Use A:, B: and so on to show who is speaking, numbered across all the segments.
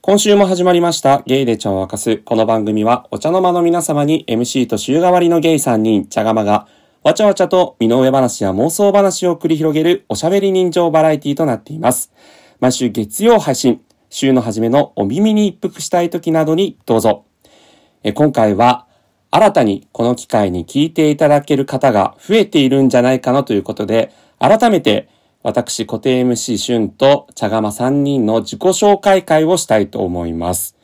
A: 今週も始まりましたゲイで茶を明かす。この番組はお茶の間の皆様に MC と週替わりのゲイ3人、茶釜がわちゃわちゃと身の上話や妄想話を繰り広げるおしゃべり人情バラエティとなっています。毎週月曜配信、週の初めのお耳に一服したい時などにどうぞ。え今回は新たにこの機会に聞いていただける方が増えているんじゃないかなということで、改めて私固定 MC 俊と茶釜3人の自己紹介会をしたいと思います。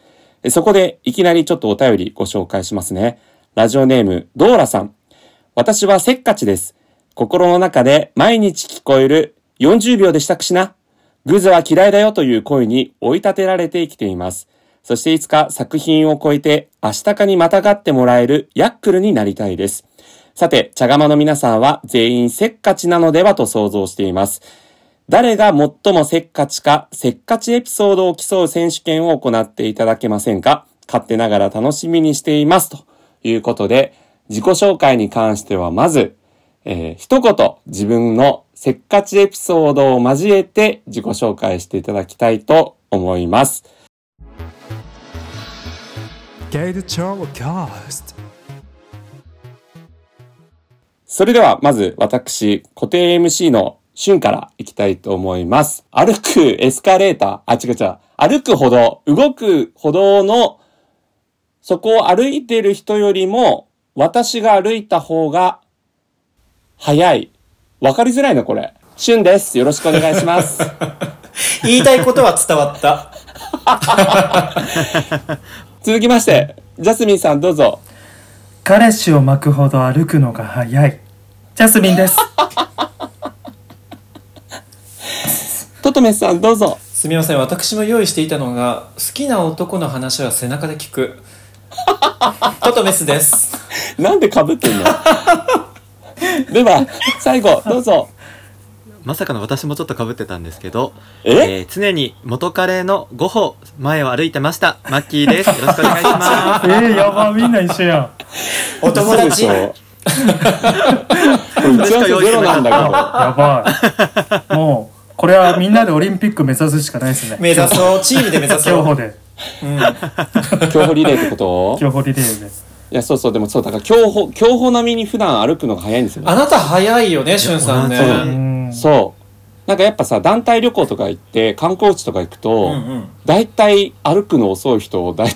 A: えそこでいきなりちょっとお便りご紹介しますね。ラジオネーム、ドーラさん。私はせっかちです。心の中で毎日聞こえる40秒で支度しな。グズは嫌いだよという声に追い立てられて生きています。そしていつか作品を超えて明日かにまたがってもらえるヤックルになりたいです。さて、茶釜の皆さんは全員せっかちなのではと想像しています。誰が最もせっかちか、せっかちエピソードを競う選手権を行っていただけませんか勝手ながら楽しみにしています。ということで、自己紹介に関してはまず、えー一言自分のせっかちエピソードを交えて自己紹介していただきたいと思います。
B: ゲイルチョーキャスト
A: それでは、まず私、固定 MC の旬からいきたいと思います。歩くエスカレーター、あ、違う違う、歩く歩道、動く歩道の、そこを歩いてる人よりも、私が歩いた方が、早い。わかりづらいな、これ。旬です。よろしくお願いします。
C: 言いたいことは伝わった。
A: 続きまして、ジャスミンさんどうぞ。
B: 彼氏を巻くほど歩くのが早いジャスミンです
A: トトメスさんどうぞ。
C: すみません、私の用意していたのが、好きな男の話は背中で聞く。 トトメスです。
A: なんで被ってんのでは、最後、どうぞ。
D: まさかの私もちょっと被ってたんですけど、
A: え
D: えー常に元カレの5歩前を歩いてました。マッキーです。よろしくお願いしま
B: えー、やばみんな一緒やん
C: お友達
A: 嘘。でしょこれ打ち合わせゼロなんだ
B: やばいもうこれはみんなでオリンピック目指すしかないですね
C: 目指そう、チームで目指
B: 競
C: そ
B: 歩
C: う。
B: で
A: けど、競歩リレーってこと
B: 競歩リレーで
A: いや、そうそう、でもそう、だから競歩、競歩並みに普段歩くのが早いんですよね。
C: あなた早いよね、しゅんさんね。
D: そう
B: う
D: だ
C: うん
A: そう。なんかやっぱさ、団体旅行とか行って、観光地とか行くと、
C: んうん。
A: 大体歩くの遅い人を大体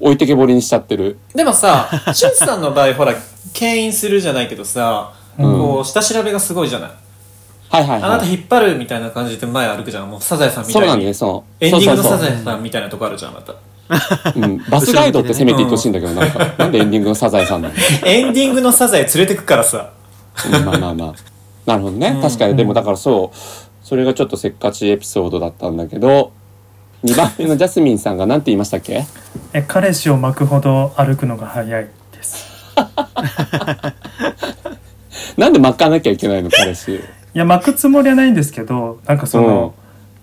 A: 置いてけぼりにしちゃってる。
C: でもさ、しゅんさんの場合、ほら、牽引するじゃないけどさ、こう、下調べがすごいじゃない。
A: はいはい
C: あな
A: は
C: た
A: い。
C: 引っ張るみたいな感じで前歩くじゃん。もう、サザエさんみた
A: そうないんだよ
C: に
A: ね、。その。
C: エンディングの
A: そうそ
C: サ
A: うそ
C: ザ
A: う
C: エさんみたいなとこあるじゃん、また。
A: うんバスガイドって攻めていってほしいんだけど、なん か、なんでエンディングのサザエさんなの
C: エンディングのサザエ連れてくからさ。
A: うんまあまあまあ。なるほどね。確かに、でもだからそう、それがちょっとせっかちエピソードだったんだけど、2番目のジャスミンさんが何て言いましたっけ
B: え彼氏を巻くほど歩くのが早いです
A: なんで巻かなきゃいけないの彼氏。
B: いや巻くつもりはないんですけどなんかその、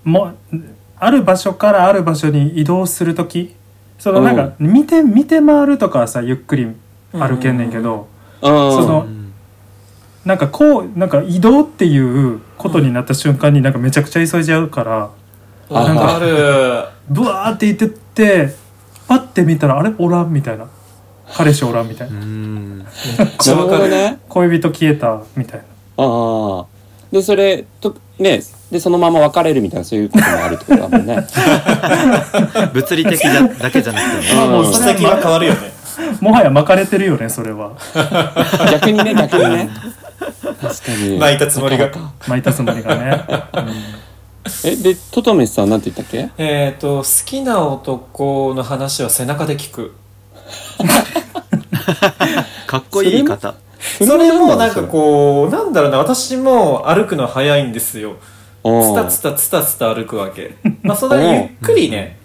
B: もうある場所からある場所に移動する時そのなんか見て、見て回るとかはさゆっくり歩けんねんけど、
A: うん。
B: そ
D: す。
B: の
D: うん
B: なんかこうなんか移動っていうことになった瞬間になんかめちゃくちゃ急いじゃうから
A: あ
C: わかる。
B: ブワーって行ってってパッて見たらあれおらんみたいな彼氏おらんみたいうな
D: ーん。
A: なるほどね。
B: 恋人消えたみたいな
A: ああ。で、それ、と、ね、で、そのまま別れるみたいな、そういうこともあるってことだもん ね。
D: 物理的じゃだけじゃなくてね。
B: あもう
C: 行き
B: それ
C: 先は変わるよね。
B: もはや巻かれてるよねそれは
A: 逆にね、逆にね。確かに。
C: 泣いたつもりが
A: なかなか
B: 巻いたつもり がね、
A: え、で、トトメスさんなんて言ったっけ
C: えっ、と、好きな男の話は背中で聞く。
D: かっこいい言い方。
C: それもなんかこう、なんだろうな、私も歩くの早いんですよ。
A: うん、
C: つたつたつたつた歩くわけ。まあ、そんなにゆっくりね、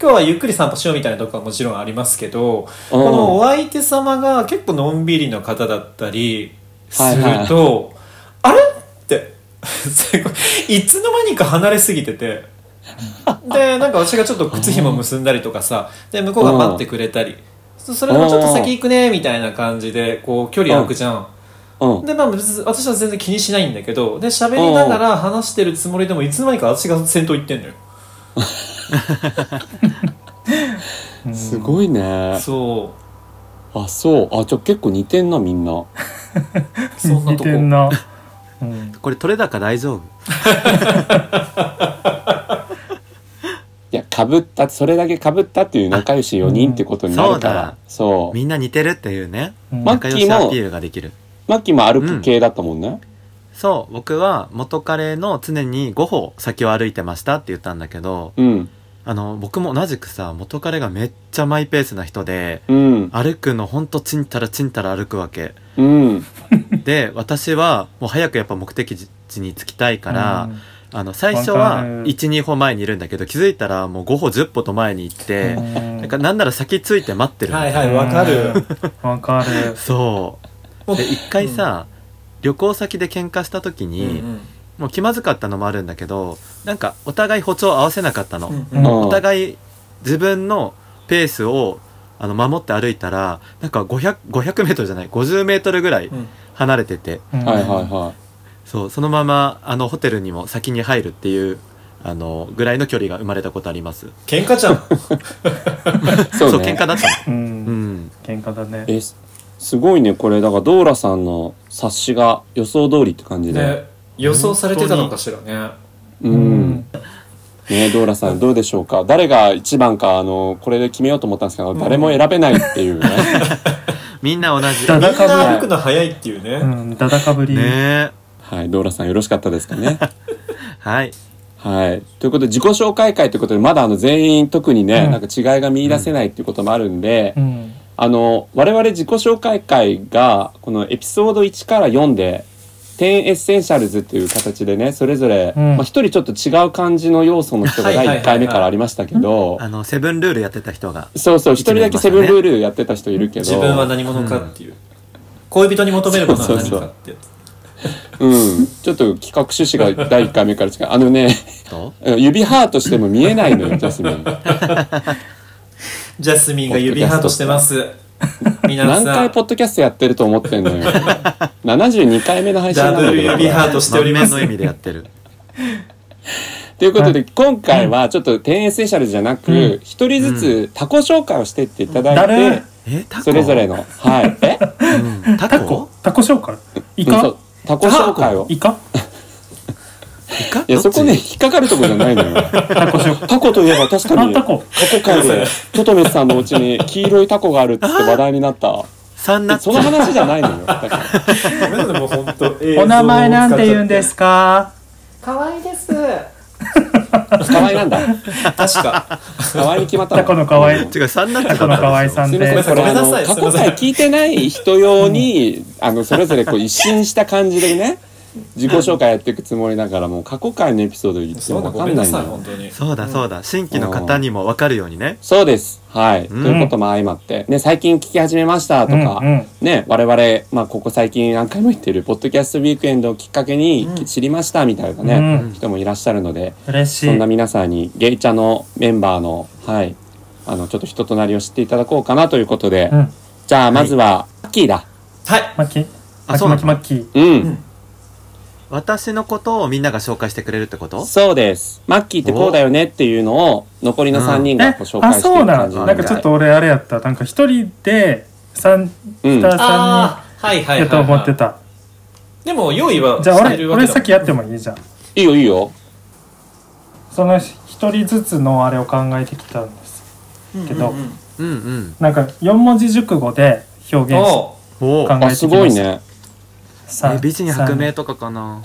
C: 今日はゆっくり散歩しようみたいなとこはもちろんありますけど、
A: うん
C: このお相手様が結構のんびりの方だったりすると、あれって、 すごいいつの間にか離れすぎてて、で、なんか私がちょっと靴紐結んだりとかさ、で、向こうが待ってくれたり、そそれでもちょっと先行くね、みたいな感じで、こう、距離空くじゃん。
A: うん。
C: でまあ別に私は全然気にしないんだけどで喋りながら話してるつもりでもいつの間にか私が先頭行ってんのよ
B: うん
A: すごいね。
C: そ
A: あ、そう。あ、じゃあ結構似てんな、みんな。
C: うそんな
B: 似
C: と
B: てん
C: こ
B: な、うん、
D: これ取れ高大丈夫
A: いや、かぶった、それだけかぶったっていう仲良し4人ってことになるから。そう
D: みんな似てるっていうね
B: うん
A: ま
D: 仲良しアピールができる
A: マッキーも歩く系だったもんね。
D: そう僕は元彼の常に5歩先を歩いてましたって言ったんだけど
A: うん。
D: あの僕も同じくさ元彼がめっちゃマイペースな人で
A: うん。
D: 歩くのほんとちんたらちんたら歩くわけ
A: うん。
D: で私はもう早くやっぱ目的地に着きたいから、
B: うん
D: あの最初は
B: わかる
D: 12歩前にいるんだけど気づいたらもう5歩10歩と前に行って、
B: うん
D: なんかなんなら先ついて待ってるの、
C: はいはいわかる
B: わかる
D: そうで一回さ、旅行先で喧嘩した時
C: うんう
D: に、
C: ん
D: もう気まずかったのもあるんだけどなんかお互い歩調合わせなかったの、
C: うん
A: うん
D: お互い自分のペースをあの守って歩いたらなんか500 500m じゃない 50m ぐらい
C: うん
D: 離れてて、
B: うん
A: はいはいは
D: そうそのままあのホテルにも先に入るっていうあのぐらいの距離が生まれたことあります
C: 喧嘩じゃん
A: い。そう
D: 喧
A: ね。
D: 嘩だったの
B: う
D: うんん
B: 喧嘩だね
A: え、すすごいね。これ、だから、ドーラさんの察しが予想通りって感じで。
C: ね予想されてたのかしらね
A: うん。ねドーラさん、どうでしょうか。誰が一番か、あの、これで決めようと思ったんですけど、誰も選べないっていうね。
D: みんな同じ
B: だ
D: ね
C: みんな
B: 仲間
C: 歩くの早いっていうね、
B: うんだだかぶり、
D: え
A: はい。ドーラさん、よろしかったですかね。
D: はい
A: はい。ということで、自己紹介会ということで、まだあの全員特にね、
B: うん
A: なんか違いが見出せないっていうこともあるんで、
B: うん
A: あの、我々自己紹介会が、このエピソード1から4で、10エッセンシャルズっていう形でね、それぞれ、
B: うん
A: まあ一人ちょっと違う感じの要素の人が
C: はいはいはい
A: 第1回
C: はい
A: 目からありましたけど、
D: あのセブンルールやってた人が
A: そうそう、一人だけセブン
D: 一年いましたね
A: ルールやってた人いるけど、
C: 自分は何者かっていう、恋人に求めるものは何かってやつ
A: うん、ちょっと企画趣旨が第1回目から違う。あのね、
D: と
A: 指ハートしても見えないのよ、ジャスミン。
C: ジャスミンが指ハートしてます皆
A: 何
C: さ
A: 回
C: ん
A: ポッドキャストやってると思ってんのよ。72回目の配信な
C: ダ
A: ん
C: ブ
A: だ
C: ル
A: け
C: 指
A: ど。
C: ハートしております
D: 満面の意味でやってる
A: ということで、今回はちょっと天エッセンシャルじゃなく、一、人ずつタコ紹介をしてっていただいて、
D: えタコ
A: それぞれの、はい。え
D: うんタ
B: タ
D: コ
B: コタコ紹介イ
A: うんそ
B: カ
A: うタコ紹介を。い
B: イカ
D: イカ
A: や、
D: ど
A: そ
D: っち
A: こね、引っかかるとこじゃないのよ。
B: タコ紹介
A: タコといえば確か
B: あ
A: に、
B: タ
A: タコ
B: コ
A: 界で、トトメスさんのうちに黄色いタコがあるっつって話題になった。
D: 三ナッ
A: そ
D: ツ
A: の話じゃないのよ。だから
C: ごめんなさいもう本当
B: お名前なんて言うんですか
C: 可愛いです
A: 可愛いなんだ。
C: 確か
A: 可愛いに決まったの
B: タコの可愛い
D: 違う三ナッツだ
B: タコ
D: ったんで
B: の
D: すよ
B: 可愛さん
A: す
B: で
A: みません、これ
C: ごめ
A: あ
C: んな
A: の
C: さい
A: 過
C: すい
A: 去
C: ません
A: 回聞いてない人用に、 あのそれぞれこう一新した感じでね自己紹介やっていくつもりだからもう過去回のエピソード言って
C: そう
A: も
C: だ
A: 分
C: ご
A: か
C: め
A: ん
C: ん
A: な
C: ない
A: の
C: さい
A: よ
C: 本当に
D: そうだそうだ新規の方にも分かるようにね
A: そうですはい、
D: うん
A: ということも相まって、ね、最近聞き始めましたとか、
B: うんうん
A: ね我々、まあ、ここ最近何回も言ってるポッドキャストウィークエンドをきっかけに知りましたみたいなね、
B: うん
A: 人もいらっしゃるので、
B: 嬉し
A: そん
B: い
A: な皆さんにゲイチャのメンバーのはいあのちょっと人となりを知っていただこうかなということで、
B: うん
A: じゃあまずはアッキーだ。
C: はい
B: マッキーマ
D: あ
B: ッキ
D: そ
B: ー
D: う
B: マ
D: な
B: ッ
D: の
B: キーマッキー
A: うん
D: 私のことをみんなが紹介してくれるってこと
A: そうです。マッキーってこうだよねっていうのを残りの3人が
B: え
A: こう紹
B: あ
A: 介してい
B: そう
A: く
B: な
A: 感じ
B: ん
A: に
B: な
A: なん
B: か
A: る
B: ちょっと俺あれやったなんか一人で三
A: うん
B: スターさ
C: ああはいは
B: んに
C: いは
B: や
C: い
B: と思ってた
C: でも用意は
B: じゃあ
C: して
B: 俺
C: るわけ
B: 俺
C: だ
B: 先やってもいいじゃん
A: いいよいいよ。
B: その一人ずつのあれを考えてきたんです
C: うん
B: けど
C: うんうん
D: うんうん
B: なんか四文字熟語で表現し
C: おう
D: おお
B: 考え
A: あ、
B: てきました
A: すごいね。
B: さ
D: 美人
B: さ
D: 百名とかかな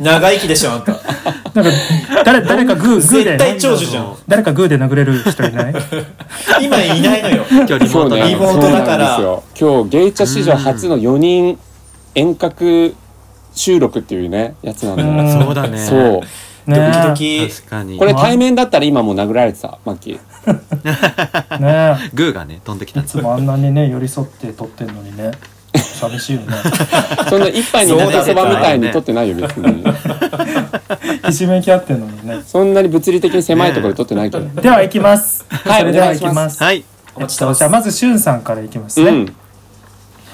C: 長生きでしょあんた
B: なんか誰誰かグーグー
C: 絶対
B: で
C: 長寿じゃん
B: 誰かグーで殴れる人いない
C: 今いないのよ
D: 今日リモー
A: 今
D: トな
A: 日
C: リ
A: ね
C: モー
D: の
C: トだから
A: そうなんですよ今日ゲイチャ史上初の4人遠隔収録っていうね、やつなんだよね。
B: ん
D: そうだね
A: そう。
B: ね
C: ド
B: え
C: キドキ
D: 確かに
A: これ対面だったら今もう殴られてた、マッキー。
B: ね
D: グーがね飛んでき
B: え
D: た
B: いつもあんなにね寄り添って撮ってんのにね寂しいよね
A: そんな一杯に
D: そう
A: 大
D: だね
A: 手そばみたいに撮ってないよ、別に。
B: ひしめき合ってんのにね
A: そんなに物理的に狭いところで撮ってないけど。
B: では行きます
A: はい
B: それでは行きます
D: はい
C: お
B: えっ
C: 待ちしてま
B: と
C: す
B: じゃあまずしゅんさんからいきます
A: う
B: ね、
A: ん。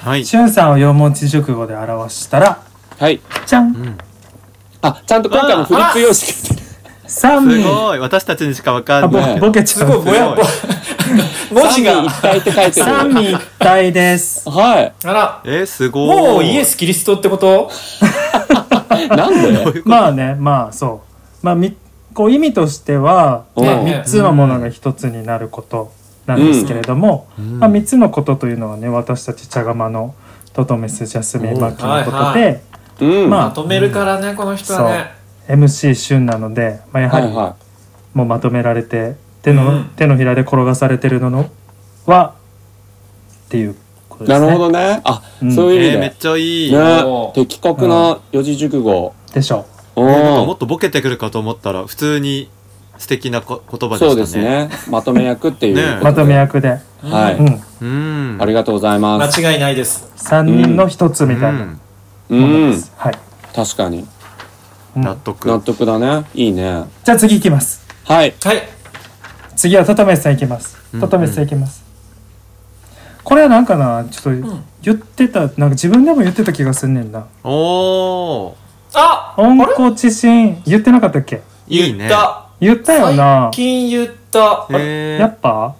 D: はい
B: しゅんさんを四文字熟語で表したら
A: はい。
B: じゃん、
D: うん
A: あ、ちゃんと今回もフリップ用意してくれてる。
B: 三
D: す
B: 位
D: ごい私たちにしかわか
B: あ
D: んない
B: ぼボケち
C: す
B: ゃ
C: ごいうぼや ぼや文字が
A: 三位一体って書いてる。
B: 三位一体です
A: は
C: あら
D: えー、すごい
C: もうイエスキリストってこと
A: い。なん で
B: まあねまあそうまあみこう意味としては、
A: う
B: ね、
A: ん
B: 3つのものが1つになることなんですけれども、
D: うん
B: まあ、3つのことというのはね私たち茶釜のトトメスジャスミンマッキーのこと
C: はいは
B: で、
A: うん。
B: まあ
C: まとめるからねこの人はね
B: MC 旬なので、まあ、やは
A: はい
B: り
A: は
B: もうまとめられて手の,、
C: うん
B: 手のひらで転がされてるのはっていうこと
A: い。
B: です
A: な
B: ね。
A: るほどね。あ
B: う、ん
A: そういう意
D: えー、め
A: 味
D: っちゃいい、
A: で。ね
C: おう
A: 的確な四字熟語。
B: でしょ
A: う
D: なんかも
A: ん
D: っ。とボケてくるかと思ったら普通に素敵なこ言葉でしたね
A: そうですね。まとめ役っていう
D: ね
A: こ
B: う。
A: と
B: ま
A: で。
B: とめ役で、
A: は
B: う
A: い。
B: ん、
D: うん
A: ありがとうございます。
C: 間違いないです
B: 3人の1つみたいなも
A: う
B: の
A: ん
B: で。す。はい、
A: 確かに。
B: う
D: うんん、納得
A: 納得だね。いいね。
B: じゃあ次いきます。
A: はい。
C: はい
B: 次はトトメスさんいきます
D: うん
B: トトメスさんいきます、これはなんかなちょっと
C: ん
B: 言ってたなんか自分でも言ってた気がすんねんな
D: おー
C: あ
B: 温厚知心言ってなかったっけ
D: いい
C: 言
D: ね
C: った
B: 言ったよな
C: 最近言ったあれ
D: へ
B: や
D: ー
B: っぱ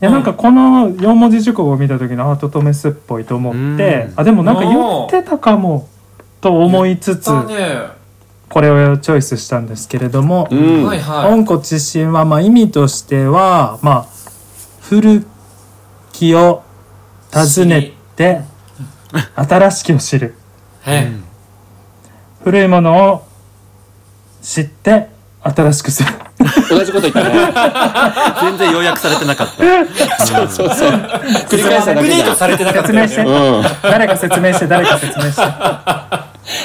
B: いやなんかこの4文字熟語を見た時のあトトメスっぽいと思って
D: うん
B: あでもなんか言ってたかもと思いつつ
C: だね
B: これをチョイスしたんですけれども
A: うん。
C: はいはい
B: 温故知新はまあ意味としては、まあ、古きを訪ねて新しきを知る
C: え
D: うん
B: 古いものを知って新しく する
A: 同じこと言ったね。
D: 全然要約されてなかった、うん
A: そうそう。繰り返した
C: アッ
A: だ
C: プ
A: けじ
C: デー
A: ゃん
C: ト。されてなかったよ
B: 説明
C: ね
B: し
A: うん。
B: 誰か説明して誰か説明して
A: い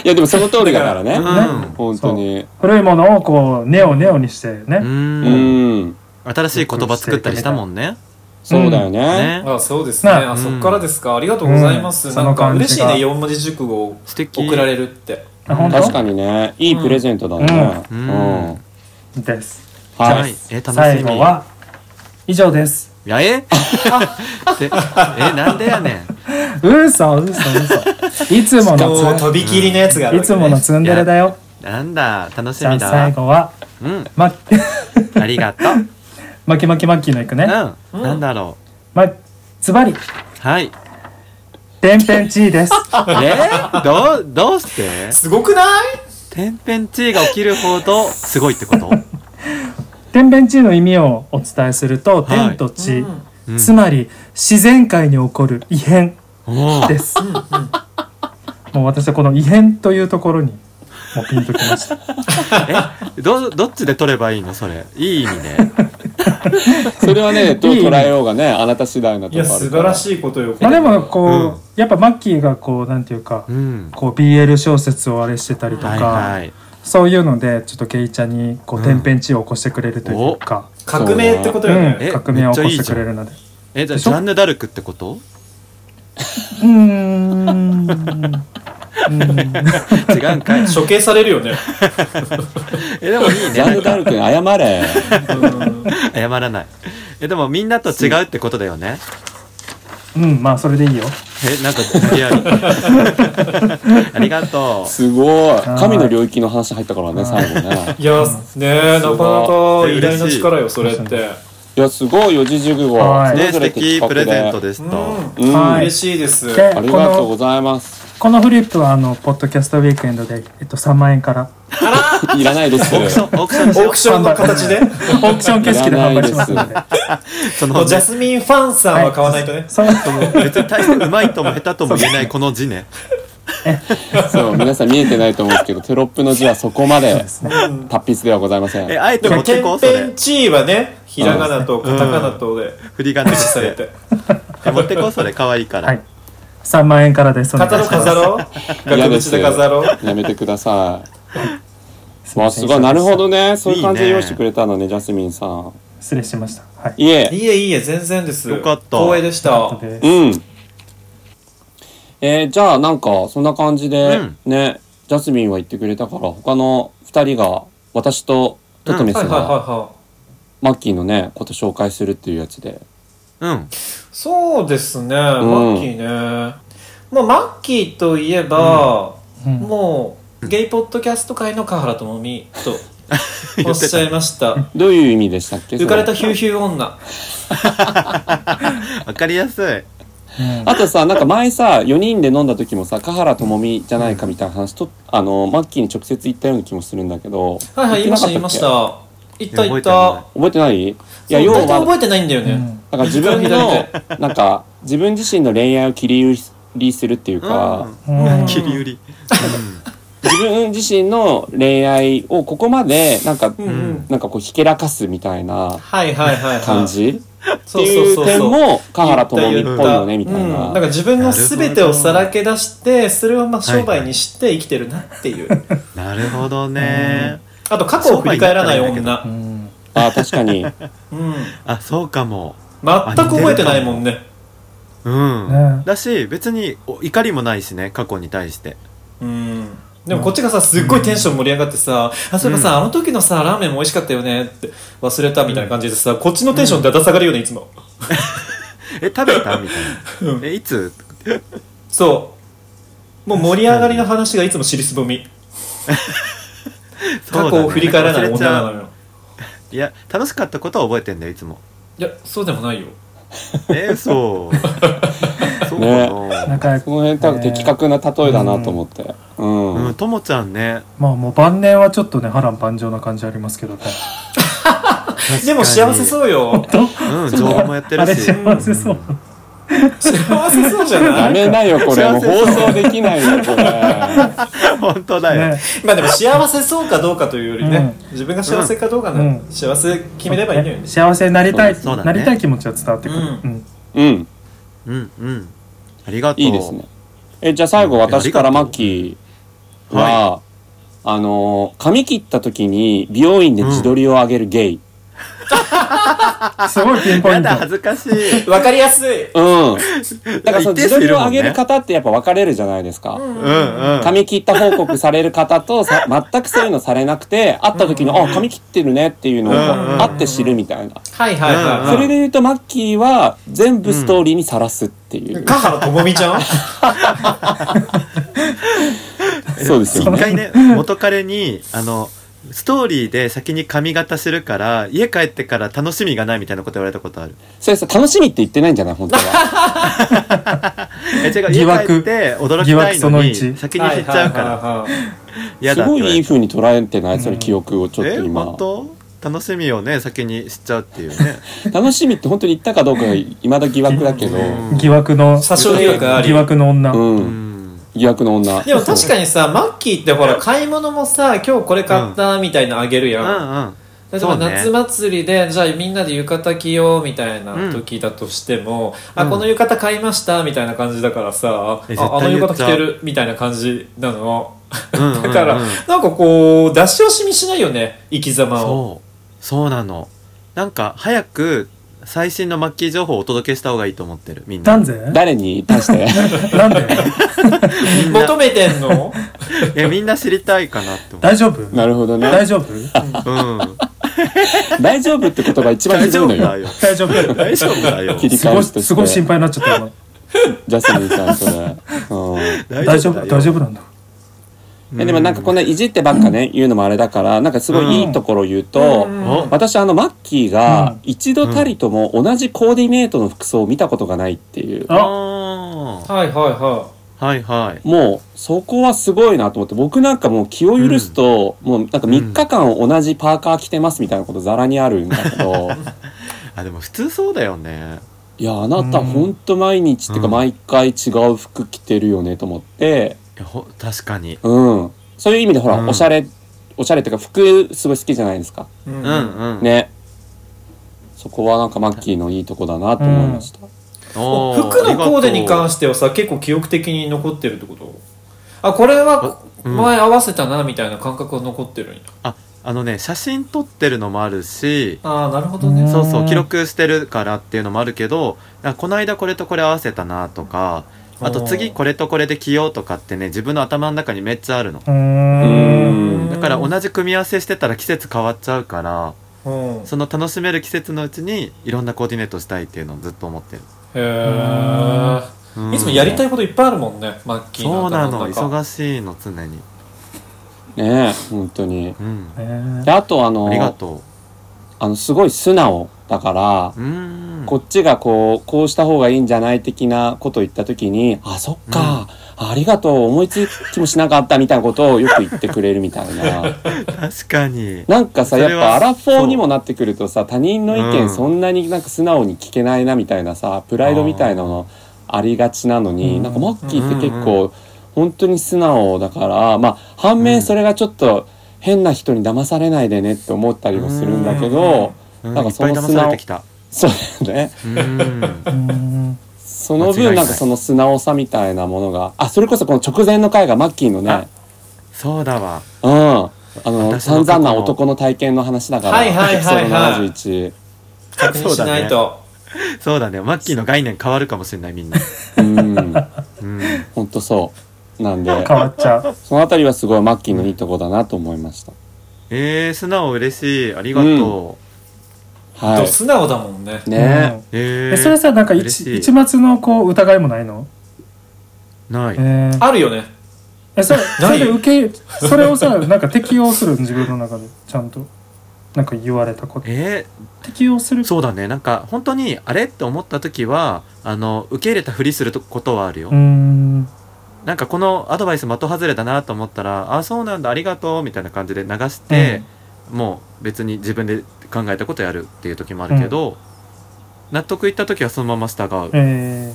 A: やでもその通りだからね。
D: うん
A: 本当に。
B: 古いものをこうネオネオにしてね、
D: うん
A: うん。
D: 新しい言葉作ったりしたもんね。
A: そうだよね。
D: ね、
C: あそうですね
B: な
C: あ
D: うん
C: そっからですかありがとうございます
B: うん
C: なん
B: その
C: か
B: 感じが
C: 嬉しいね四文字熟語を
D: 素敵。
C: 送られるって
B: あ本当
A: 確かにね。いいプレゼントだね。う
D: うんん。
B: です
A: は
D: はいい。。え楽しみ。
B: 最後は以上です
D: いやえ？せえなんでやね
B: 嘘嘘嘘いつも
C: も
B: の
C: う
B: つ
C: とびきりのやつがある
B: い
C: わ
B: つ
C: けね
B: ものツンデレだよ
D: ん。なんだ楽し
B: じゃ
D: み
B: あ最
D: だ。
B: 後は
D: うん
B: ま
D: ありがとう。うん
B: 巻き巻き巻きのいくね。
C: うん
D: なんだろ
B: ま、ズバリ、
D: う。 はい。
B: 天変地異 です。
D: えどうどうして？
C: すごくない
D: 天変地異が起きるほどすごいっ てこと？
B: 天変地異の意味をお伝えすると、
D: はい
B: 天と地、
C: うん
D: うん
B: つまり自然界に起こる異変
D: おー
B: です。もう私はこの異変というところに、もうピンときま した。
D: えどどっちで取ればいいのそれ？いい意味ね。
A: それはね、どう捉えようがね、あなた次第なと
C: い
A: こある
C: や
A: から。
C: 素晴らしいことよ
B: まあでも、こう、
D: うん
B: やっぱマッキーがこう、なんていうか、
D: うん。
B: こう BL 小説をあれしてたりとか、
D: はいはい。
B: そういうのでちょっとケイちゃんにこう天変地異を起こしてくれるというか、
C: 革命ってことよ
B: うん
C: ね
D: え
B: 革命を起こしてくれるので
D: えじゃあ
B: でし
D: ジ
B: ょ
D: ャンヌダルクってこと？
B: うーん。うーん
D: 違うんかい。
C: 処刑されるよね
D: えでもいいね。
A: ジャンヌ・ダルクに謝れ。
D: 謝らないえでもみんなと違うってことだよね
B: うん、まあそれでいいよ。
D: えなんかリアル ありがとう
A: すごい。神の領域の話入ったからね、最後ね。
C: いやねえなかなか偉大な力よそれって
A: いや、すごいよ、四字熟語。
B: はい
A: そ
D: ね
A: れぞ
D: 素
A: れ的
D: 敵
A: 確
D: プレゼント
A: で。
D: でし
C: う
D: た、
C: ん
A: うん。
B: は
A: あり
B: い
C: 嬉しいです
B: で、こ
A: がとうご
B: の、
A: ざいます。
B: このフリップは、あの、ポッドキャストウィークエンドで、えっと、3万円から、
A: いらないです。
D: オー クションオークション
C: オ
D: しよ
C: ークションの形で
B: オークション形式で販売しますので。
D: うそ
C: も
D: の
C: うジャスミンファンさんは買わないとね
B: そう、
D: 別に大してうまいとも下手とも言えないこの字ね
A: そう、皆さん見えてないと思うんですけど、テロップの字はそこまで
B: ですね。
A: 達筆ではございません。
D: えあえて
C: で
D: 持
C: も
D: って
C: 天
D: こうそれ
C: 変地異はねひらがなとカタカナとで
D: 振りが な
C: 駆使され
D: して
C: て
D: え持ってこうそれ可愛いから、
B: はい。3万円からです。お願い
C: 飾
B: し
C: ろ
B: ま
C: う
B: す
C: 飾ろう額縁で飾ろう
A: やめてください。わあ、
B: せ
A: す
B: ん
A: ごい。なるほどね。そういう感じで
D: いいね
A: 用意してくれたのね、ジャスミンさん。
B: 失礼しました。はい。
A: いえ、
C: いいえいいえ全然です
D: よかった
C: 光栄でした
B: で
A: うん。えーじゃあ、なんか、そんな感じで、
D: うん
A: ね、ジャスミンは言ってくれたから、他の二人が、私とトトメス
C: はいはいはい
A: が、
C: はい
A: マッキーのね、こと紹介するっていうやつで。
D: うん
C: そうですねマッキーねまあマッキーといえば
B: うん
C: もうゲイポッドキャスト界の川原智美とおっしゃいました
A: どういう意味でしたっけ
C: 浮かれ
A: そ
C: たヒューヒュー女
D: わかりやすい。
A: のあとさなんか前さ4人で飲んだ時もさ香原朋美じゃないかみたいな話と、あのマッキーに直接言ったような気もするんだけど
C: はいはい言い
A: 言
C: ま
A: っ
C: した
A: て
C: 言
A: なか
C: いま
A: っっけ
C: したた言った
D: い
A: 覚えてないい
C: 言ってたそ
D: や覚えな
A: や
C: う
A: 要
C: 大体覚
A: は
C: えてないんだよね
A: なんか自分
C: 右から
A: の なんか自分自身の恋愛を切り売りするっていうか、
B: うん
D: 切り売り。
A: 自分自身の恋愛をここまでなんか、
C: うんうん
A: なんかこうひけらかすみたいな
C: はいはいはいはい
A: 感じって
C: そうそ
A: いうう
C: そう
A: 点
C: そう
A: も香原朋美っぽいよねみ
C: う
A: たい
C: ん、な
A: なん
C: か。自分の全てをさらけ出してそれをまあ商売にして生きてるなっていう、
D: なるほどね。
C: あと過去を振り返らない
D: 商売にな
B: う
C: 女、
B: ん
A: あ確かに。
C: うん、全く
D: あ、そうかも。
C: 覚えてないもんね
D: うん
B: ね。
D: だし、別にお怒りもないしね、過去に対して。
C: うんでもこっちがさすっごいテンション盛り上がってさ、あそういえばさ、あの時のさラーメンも美味しかったよねって忘れたみたいな感じでさこっちのテンションだだ下がるよねいつも、
D: え、食べたみたい
C: うん
D: な。え、いつ
C: そうもう盛り上がりの話がいつも尻すぼみ、過去を振り返らない女なの
D: よ。
C: よ
D: いや、楽しかったことは覚えてんだよ、いつも。
C: いやそうでもないよ
D: えー、そう。 そうか
B: な
D: な。
B: んか
A: この辺多分的確な例えだなと思って。うん。
D: うん、ともちゃんね。
B: まあもう晩年はちょっとね波乱万丈な感じありますけどね
C: でも幸せそうよ
D: うん、情報もやって
B: あれ
D: るし。
B: 幸せそう
C: 幸せそうじゃな
A: ダ
C: い
A: メだよこれもう
D: 幸せ
A: 放送できないよこれ。
D: 本当だよ。
B: ね
C: まあでも幸せそうかどうかというよりね、自分が幸せかどうかな、
B: うん
C: 幸せ決めればいいのよね、
B: 幸せになりたい、
D: そうだね
B: なりたい気持ちは伝わってくる、
C: う
B: うんん
A: うん
D: うん、うん。ありがとう。
A: いいですね。えじゃあ最後私からマッキーは、あの髪切った時に美容院で自撮りを上げるゲイ。
B: すごいピンポイ
D: や
B: ント
D: だ、恥ずかしい。
C: わかりやすい
A: うん。 だからその
D: 一定
A: 自
D: 数
A: 撮
D: い
A: り
D: る
A: を
D: も
A: 上
D: んね
A: げる方ってやっぱ分かれるじゃないですか。
D: うんうん。
A: 髪切った報告される方とさ 全くそういうのされなくて会った時に「あ髪切ってるね」っていうのを
D: うんうん
A: 会って知るみたいな
C: はいはいはい、
D: うん
A: それで言うとマッキーは全部ストーリーにさらすっていう、
C: 香原朋美ちゃん
A: そうですよ
D: 一
A: ね
D: 回ね元彼にあのストーリーで先に髪型するから家帰ってから楽しみがないみたいなこと言われたことある
A: それさ楽しみって言ってないんじゃない本当 は
D: え違う
B: 疑
D: 家
B: 惑
D: 帰って驚きたいのに
B: 疑惑その一
D: 先に知っちゃうか
C: はいはい
D: ら
C: はいはい
D: 嫌
A: す
D: だって
A: ご
D: 言わ
A: いいい
D: れた
A: 風に捉えてないそれ記憶をちょっ
D: え
A: と今
D: 本当楽しみをね先に知っちゃうっていうね
A: 楽しみって本当に言ったかどうかがいまだ疑惑だけど
D: うん
B: 疑惑の
C: 殺傷疑惑があり
B: 疑惑の女、
A: う
D: うんん
A: 疑惑の女
C: でも確かにさマッキーってほら買い物もさ今日これ買ったみたいなのあげる
D: う
C: や
D: ん
C: ん、
D: うん
C: 例えば
D: そうね
C: 夏祭りでじゃあみんなで浴衣着ようみたいな時だとしても、あこの浴衣買いましたみたいな感じだからさ、
D: え
C: ああの
D: 絶
C: 浴
D: 対言っ
C: 衣
D: ち
C: 着
D: ゃう
C: てるみたいな感じなの
D: うんうんうん
C: だから、なんかこう出し惜しみしないよね生き様を
D: そうそうなのなんか早く最新のマッキー情報をお届けした方がいいと思ってるみんな
B: なんで
A: 誰に対 して
B: なんで
D: みんな
C: 求めてん の
D: いやみんな知りたいかなって思
B: 大丈夫
A: なるほどね
B: 大丈夫
D: う、うん、
A: 大丈夫って言葉一番ひ
D: 大
A: ど
D: 丈
A: いの
D: 夫
A: よ
D: だよ
B: 大丈夫
D: 大丈夫だよ
A: 切り
B: す
A: 返
B: ごい
A: しとして
B: すごい心配になっちゃった今
A: ジャスミンさんそ れ、うん
B: 大丈夫大丈夫なんだ
A: えでもなんかこんないじってばっかね言うのもあれだからなんかすごいいいところ言うと、
D: お
A: 私あのマッキー
B: う
A: が
B: ん
A: 一度たりとも同じコーディネートの服装を見たことがないっていう、
B: あ
D: あ
C: はいはいは
D: ーはいはい
A: もうそこはすごいなと思って僕なんかもう気を許すと、もうなんか3日間同じパーカー着てますみたいなことざらにあるんだけど
D: あでも普通そうだよね
A: いやあなたほんと毎日、っていうか
D: うん
A: 毎回違う服着てるよねと思って
D: いやほ確かに
A: うんそういう意味でほら、
D: うん
A: おしゃれおしゃれっていうか服すごい好きじゃないですか。
C: い、う
D: うんんうん、
A: ねそこはなんかマッキーのいいとこだなと思いました、
D: おー
C: 服のコーデに関
D: し
C: してはさ結構記憶的に残ってるってことあこれは
D: うん
C: 前合わせたなみたいな感覚が残ってるんや、
D: ああのね写真撮ってるのもあるし
C: ああなるほどね、
B: うん
D: そうそう記録してるからっていうのもあるけどあこの間これとこれ合わせたなとかあと次これとこれで着ようとかってね自分の頭の中にめっちゃあるの
B: うーん
A: う
D: だから同じ組み合わせしてたら季節変わっちゃうから
C: うん、
D: その楽しめる季節のうちにいろんなコーディネートしたいっていうのをずっと思ってる、
C: へ
D: うん
C: えいつもやりたいこといっぱいあるもんねマッキー
D: そうなの
C: 頭中
D: 忙しいの常に
A: ねえ本当に
D: うん
B: ね
A: であとあの
D: ありがと
A: あのすごい素直だから
D: ううん
A: こっちがこうこうした方がいいんじゃない的なことを言った時に「あそっか、ありがとう思いつきもしなかった」みたいなことをよく言ってくれるみたいな
D: 確かに
A: なんかさ
D: そ
A: や
D: れ
A: っ
D: は
A: ぱアラフォーにもなってくるとさ他人の意
D: う
A: 見
D: ん
A: そんなになんか素直に聞けないなみたいなさプライドみたいなのありがちなのに、
B: うん
A: なんかマッキーって結
D: うんう
A: 構本当に素直だからまあ反
D: う
A: 面
D: ん
A: それがちょっと変な人に騙されないでねって思ったりもするんだけど、
D: うん
A: なん
D: い
A: か
D: っ
A: そ
D: ぱい
A: の
D: 騙されてきた
A: そうだよね。
D: うん
B: うん
A: その
D: 間違いな
A: 分
D: い
A: なんかその素直さみたいなものがあそれこそこの直前の回がマッキーのね
D: そうだわ
A: うんあの
D: 私
A: 散
D: の過
A: 々
D: 去の
A: な男の体験の話だから
C: はいはいはいはい
A: エピソー
C: 確認しないと、
D: そうだねマッキーの概念変わるかもしれないみんな
A: ド71うん
D: うん
A: ほんとそうなんで
B: 変わっちゃう
A: そのあたりはすごいマッキーのいいとこだなと思いました
D: えー、素直嬉しいありがと
A: は
C: 素直だもんね
A: いね
D: う、
B: う
D: え
B: ん
D: ー、
B: えそれさなんか
D: 嬉し
B: 一
D: い
B: 一末のこう疑いもないの
D: ない、
B: えー
C: あるよね
B: えそれそ
C: ない
B: れで受けそれをさなんか適用するの自分の中でちゃんとなんか言われたこと
D: え
B: 適用する
D: ー、そうだねなんか本当にあれって思った時はあの受け入れたふりするとことはあるよ、
B: うーん
D: なんかこのアドバイス的外れだなと思ったらあそうなんだありがとうみたいな感じで流して、もう別に自分で考えたことやるっていう時もあるけど、納得いった時はそのまま従う
B: え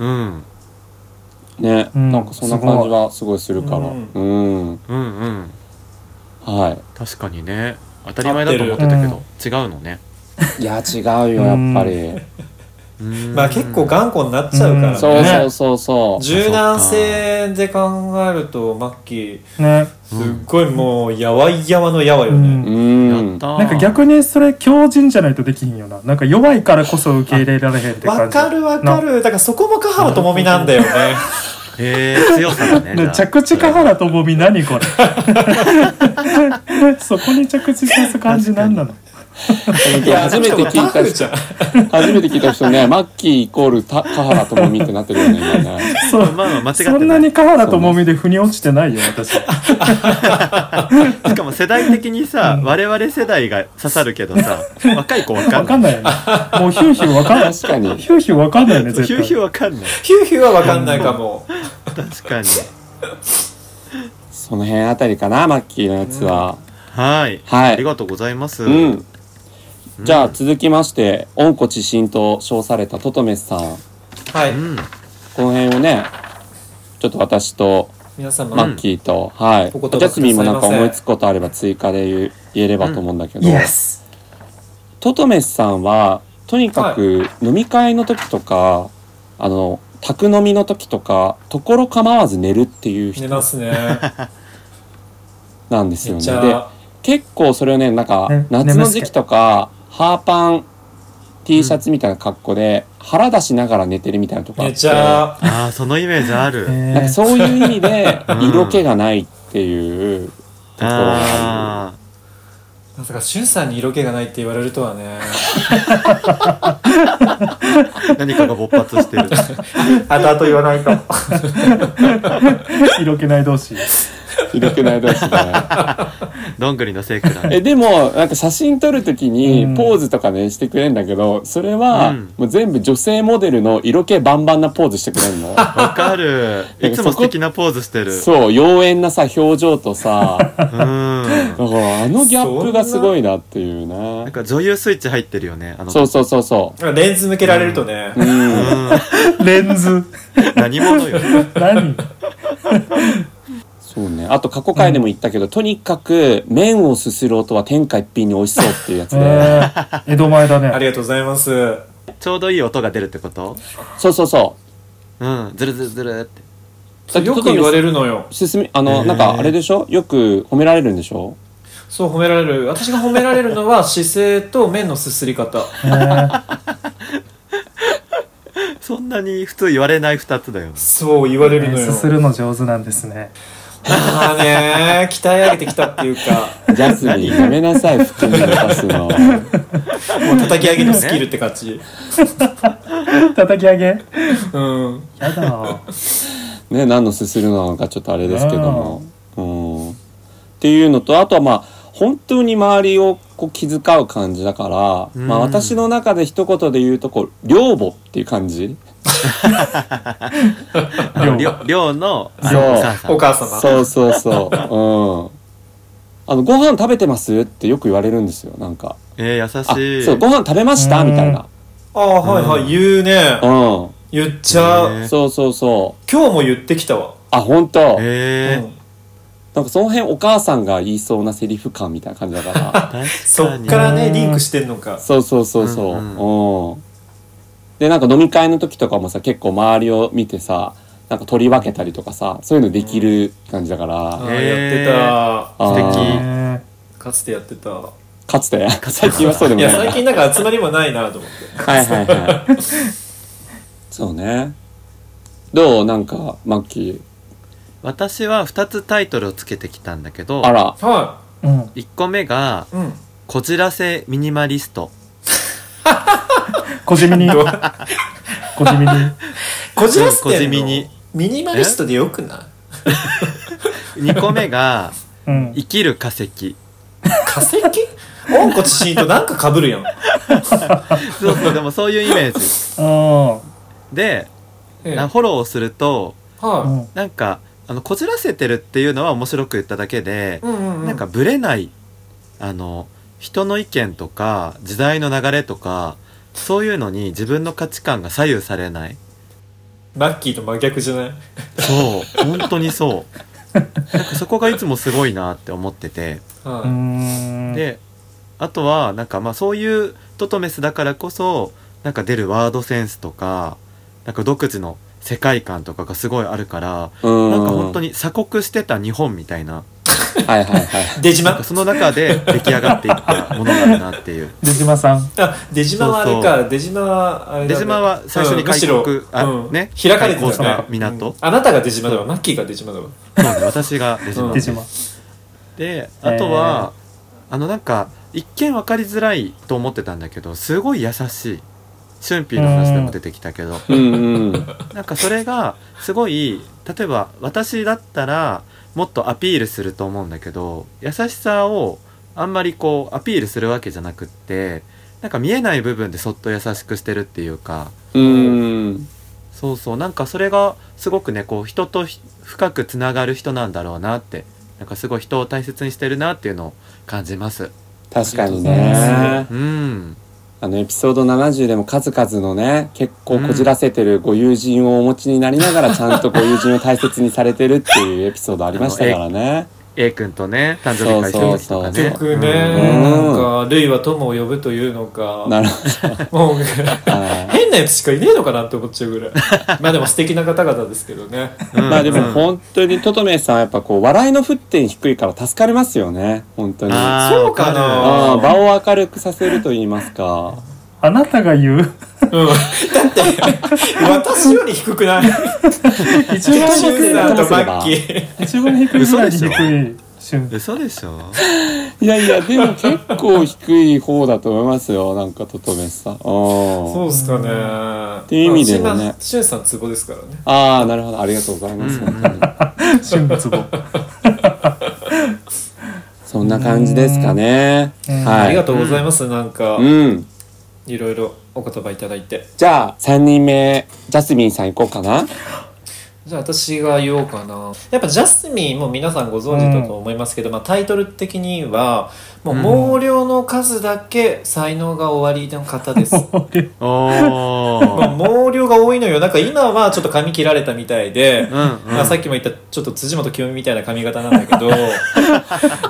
D: うん
A: ね
B: うん
A: なんかそんな感じはすごいするから
C: うん
A: うん
D: うんうん
A: は
D: 確かにね当たり前だと思ってたけど、違うのね
A: いいや違うよやっぱり
D: うん
C: まあ結構頑固になっちゃうから、
B: うん
A: そうそうそうそう
C: 柔軟性で考えるとマッキー
B: ー、ね
C: すっごいもうやわいやわのやわよ
B: う
C: ね、
B: ん
A: うん
D: やったー
B: なんか逆にそれ強靭じゃないとできひんよななんか弱いからこそ受け入れられへんって
C: わ
B: 感じ
C: かるわかるだからそこも香原朋美なんだよね
D: えー、強さ だね
B: ね着地か原ともみ何 これそこに着地さす感じ何なの
A: いや初めて聞い
C: タ
A: た
C: フ
A: 人
C: じゃん
A: 初めて聞いた人ね、マッキーイコールた香原朋美ってなってるよね、今ね。
B: そ
D: まあまあ間違ってない
B: そんなに河原ともみで腑に落ちてないよ私
D: しかも世代的にさ、我々世代が刺さるけどさ若い子わか
B: わ
D: んな
B: か
D: い
B: んないよねもうヒューヒューわかんない
A: 確かに。
B: ヒューヒューわかんないよね
D: そう
B: 絶
D: ヒ
B: 対
D: ューヒューわかんない
C: ヒューヒューはわかんないかも
D: 確かに
A: その辺あたりかな、マッキーのやつは。
D: はい
A: はい
D: ありがとうございます、
A: うん。じゃあ続きまして、温故知新と称されたトトメスさん。
C: はい
D: うん
A: この辺をね、ちょっと私と
C: 皆様、
A: マッキーと、はい。ジ
C: お言葉くださいませ
A: ャスミンもなんか思いつくことあれば追加で言う言えればと思うんだけど、
B: イエス
A: トトメスさんはとにかく飲み会の時とか、あの宅飲みの時とかところ構わず寝るっていう
C: 寝
A: 人
C: ますね
A: なんです
C: め
A: よ
C: っ
A: ね。
C: ち
A: で
C: ゃ
A: 結構それをねなんか
B: ね
A: 夏の時期とか、ハーパン T シャツみたいな格好で腹出しながら寝てるみたいなとこあっ
C: め
A: て
C: ちゃ
D: ああそのイメージある、
A: なんかそういう意味で
D: うん
A: 色気がないっていうところがあ
D: あ
C: まさかしゅんさんに色気がないって言われるとはね
D: あ何かが勃発してる
C: あとあと言わないと
B: 色気ない同士
A: る色気ないですね。
D: どんぐりの聖句だね
A: えでもなんか写真撮るとき
B: うん
A: にポーズとかねしてくれんだけどそれ
D: う
A: は
D: ん
A: もう全部女性モデルの色気バンバンなポーズしてくれんの
D: わかるいつも素敵なポーズしてる
A: そう妖艶なさ表情とさだか
D: うんな
A: らあのギャップがすごいなっていうね
D: んか女優スイッチ入ってるよねあの
A: そうそうそうそ
C: レンズ向けられるとね、
A: ううん
D: う
B: レンズ
D: ん何者よ
B: 何
A: そうねあと過去回でも言ったけどとにかく麺をすする音は天下一品に美味しそうっていうやつ
B: え
A: で
B: ー、江戸前だ
C: あ
B: ね
C: りがとうございます
D: ちょうどいい音が出るってこと
A: そうそうそ
D: うんズルズルズルって
A: うだって
C: よく言われるのよ
A: 進みあの、
D: へー
A: なんかあれでしょよく褒められるんでしょ
C: そう褒められる私が褒められるのは姿勢と面のすすり方
B: えー
D: そんなに普通言われない2つだよね
C: そう言われるの
B: えー
C: よ、
B: すするの上手なんですね
C: まあね鍛え上げてきたっていうか
A: ジャスミンやめなさい含みを出すの。
C: もう叩き上げのスキルって感じ
B: 叩き上げ
C: うん
B: やだ
A: ね、何のすするなのかちょっとあれですけども。うん。っていうのと、あとはまあ、本当に周りをこう気遣う感じだから、
D: うん
A: まあ私の中で一言で言うと、こう、寮母っていう感じ
D: あ のりょ寮のあ
A: そう
D: のお母さん
C: お母様
A: そうそうそう。うん。あの、ご飯食べてますってよく言われるんですよ、なんか。
D: え
A: あ、
D: ー、優しい
A: そう、ご飯食べました
B: うん
A: みたいな。
C: ああはいはい、
D: うん
C: 言うね
A: う
C: 言っちゃう、
D: ね
A: ん。そうそうそう。
C: 今日も言ってきたわ、
A: あ、本当
D: え
C: う
D: ー
C: ん
A: なんかその辺お母さんが言いそうなセリフ感みたいな感じだから。
D: 確かに
C: そっから
B: う
C: ね
B: ん
C: リンクしてんのか
A: そうそうそうそう。う、
D: うん
A: で、なんか飲み会の時とかもさ、結構周りを見てさ、なんか取り分けたりとかさ、そういうのできる感じだから、
C: あ
D: ん
C: ー
D: へ
C: や
D: ー
C: って
A: あー
D: 素敵
B: え
C: たかつてやってた
A: かつて、最近はそうで
C: い
A: も
C: や
A: ない
C: 最
A: な。
C: 近なんか集まりもないなと思って
A: はいはいはい。そうね。どうなんか、マッキー。
D: 私は2つタイトルをつけてきたんだけど
A: あら。
C: は
B: ーうん
D: 1個目が
C: いうん
D: 「こじらせミニマリスト
B: 小じみに
C: どう
B: 小じみに
C: こじらせ
D: うんこ
C: て
D: じ
C: ん
D: み
C: の
D: に
C: ミニマリストでよくない」
D: 2個目 が
B: う
D: 「
B: ん
D: 生きる化石
C: 化石温故知新となんか被るやん、」
D: そうそうでもそういうイメージ
B: あ
D: で
C: ええ
D: なフォローすると
B: あう
C: は
B: ん
D: なんかあのこじらせてるっていうのは面白く言っただけで
C: い、うんうんうん、
D: なんかぶれないあの人の意見とか時代の流れとかそういうのに自分の価値観が左右されない
C: マッキーと真逆じゃない
D: そう本当にそうなんかそこがいつもすごいなって思ってて
C: は
B: う
C: い
B: ん
D: であとはなんかまあそういうトトメスだからこそなんか出るワードセンスとかなんか独自の世界観とかがすごいあるから
A: うん。
D: なんか本当
A: に。
D: に鎖国してた日本みたいな
A: はいはいはい。
C: 出島
D: なんかその中で出来上がっていったものなんだなっていう
B: 出島さん
C: あ出島はあれか出島はあれだね
D: 出島は最初に開国、
C: うんむし
D: あ
C: ろうん
D: ね
C: 開かれてた
D: 開港
C: ね
D: の港、
C: あなたが出島だわマッキーが出島だわ
D: そうね私が出島
C: うん
B: 出島
D: であとは、あのなんか一見分かりづらいと思ってたんだけどすごい優しい俊ピーの話でも出てきたけど
A: うんうん。
D: なんかそれがすごい例えば私だったらもっとアピールすると思うんだけど優しさをあんまりこうアピールするわけじゃなくってなんか見えない部分でそっと優しくしてるっていうか
A: うん。
D: そうそうなんかそれがすごくねこう人とひ深くつながる人なんだろうなってなんかすごい人を大切にしてるなっていうのを感じます
A: 確かに
B: ありがとうござ
C: い
A: ね
C: ま。
D: うん
A: あのエピソード70でも数々のね、結構こじらせてるご友人をお持ちになりながら、ちゃんとご友人を大切にされてるっていうエピソードありましたからね。
D: A 君とね誕生日会してた時と
A: そう
D: かね
C: 結
A: そう
C: 局ね、
A: うん
C: なんか「ルイは友を呼ぶ」というのか
A: なるほ
C: もう
A: ど。はい
C: 変なやつしかいねえのかなって思っちゃう ぐらいまあでも素敵な方々ですけどね
D: うん
A: まあで
D: う
A: も
D: ん
A: 本当にトトメイさんはやっぱこう笑いの沸点低いから助かりますよね本当にあ
D: あー
C: そうかな
D: わる
A: あ場を明るくさせると言いますか
B: あなたが言う
C: うんだって私より低くない
B: 一
C: シ
B: 番
C: ュンさん
B: 低
C: とマッキー
B: い一番低いぐらいに低い瞬
D: 嘘でしょ
A: いやいやでも結構低い方だと思いますよなんかトトメイさんあ
C: そ
A: ー
C: うっすかねって
A: いう意味でもね
C: シュンさんツボですからね
A: あーなるほどありがとうございます、
D: うんうん
A: 本当に
B: 瞬ツボ
A: そんな感じですかね
B: うん
A: はい
C: ありがとうございます、なんか
A: うん
C: いろいろお言葉いただいて
A: じゃあ3人目ジャスミンさん行こうかな
C: じゃあ私が言おうかなやっぱジャスミンも皆さんご存知だと思いますけど、まあ、タイトル的にはもう毛量の数だけ才能が終わりの方です、
D: おー
C: まあ毛量が多いのよなんか今はちょっと髪切られたみたいで、
D: うんうん
C: まあ、さっきも言ったちょっと辻元清美みたいな髪型なんだけど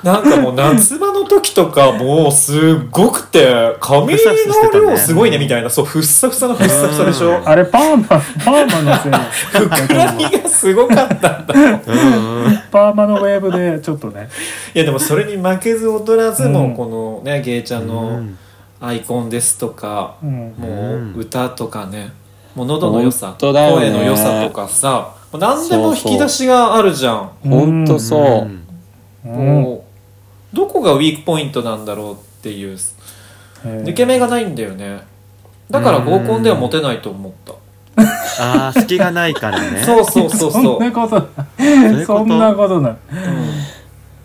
C: なんかもう夏場の時とかもうすっごくて髪
D: ふさふさしてた
C: の
D: ね
C: 量すごいねみたいなそうふっさふさのふっさふさでしょ
B: あれパーマパーマのせい
C: 膨らみがすごかったんだよ
D: うんうん
B: パーマのウェーブでちょっとね
C: いやでもそれに負けず劣らずも
B: うん
C: うこのねゲイちゃん
D: う
C: の
D: ん
C: アイコンですとか
B: うん
C: も
D: うん
C: う歌とかねもう喉の良さ
A: 本当だよね
C: 声の良さとかさもう何でも引き出しがあるじゃん
A: 本当
B: う
A: そう
D: うん
B: うん
C: もうどこがウィークポイントなんだろうっていう抜け目がないんだよねだから合コンではモテないと思った
D: ああ隙がないからね
C: そうそうそう
B: そん
C: そう
B: なことな
D: そうい
B: いう
D: こと
B: そんなことない
C: うん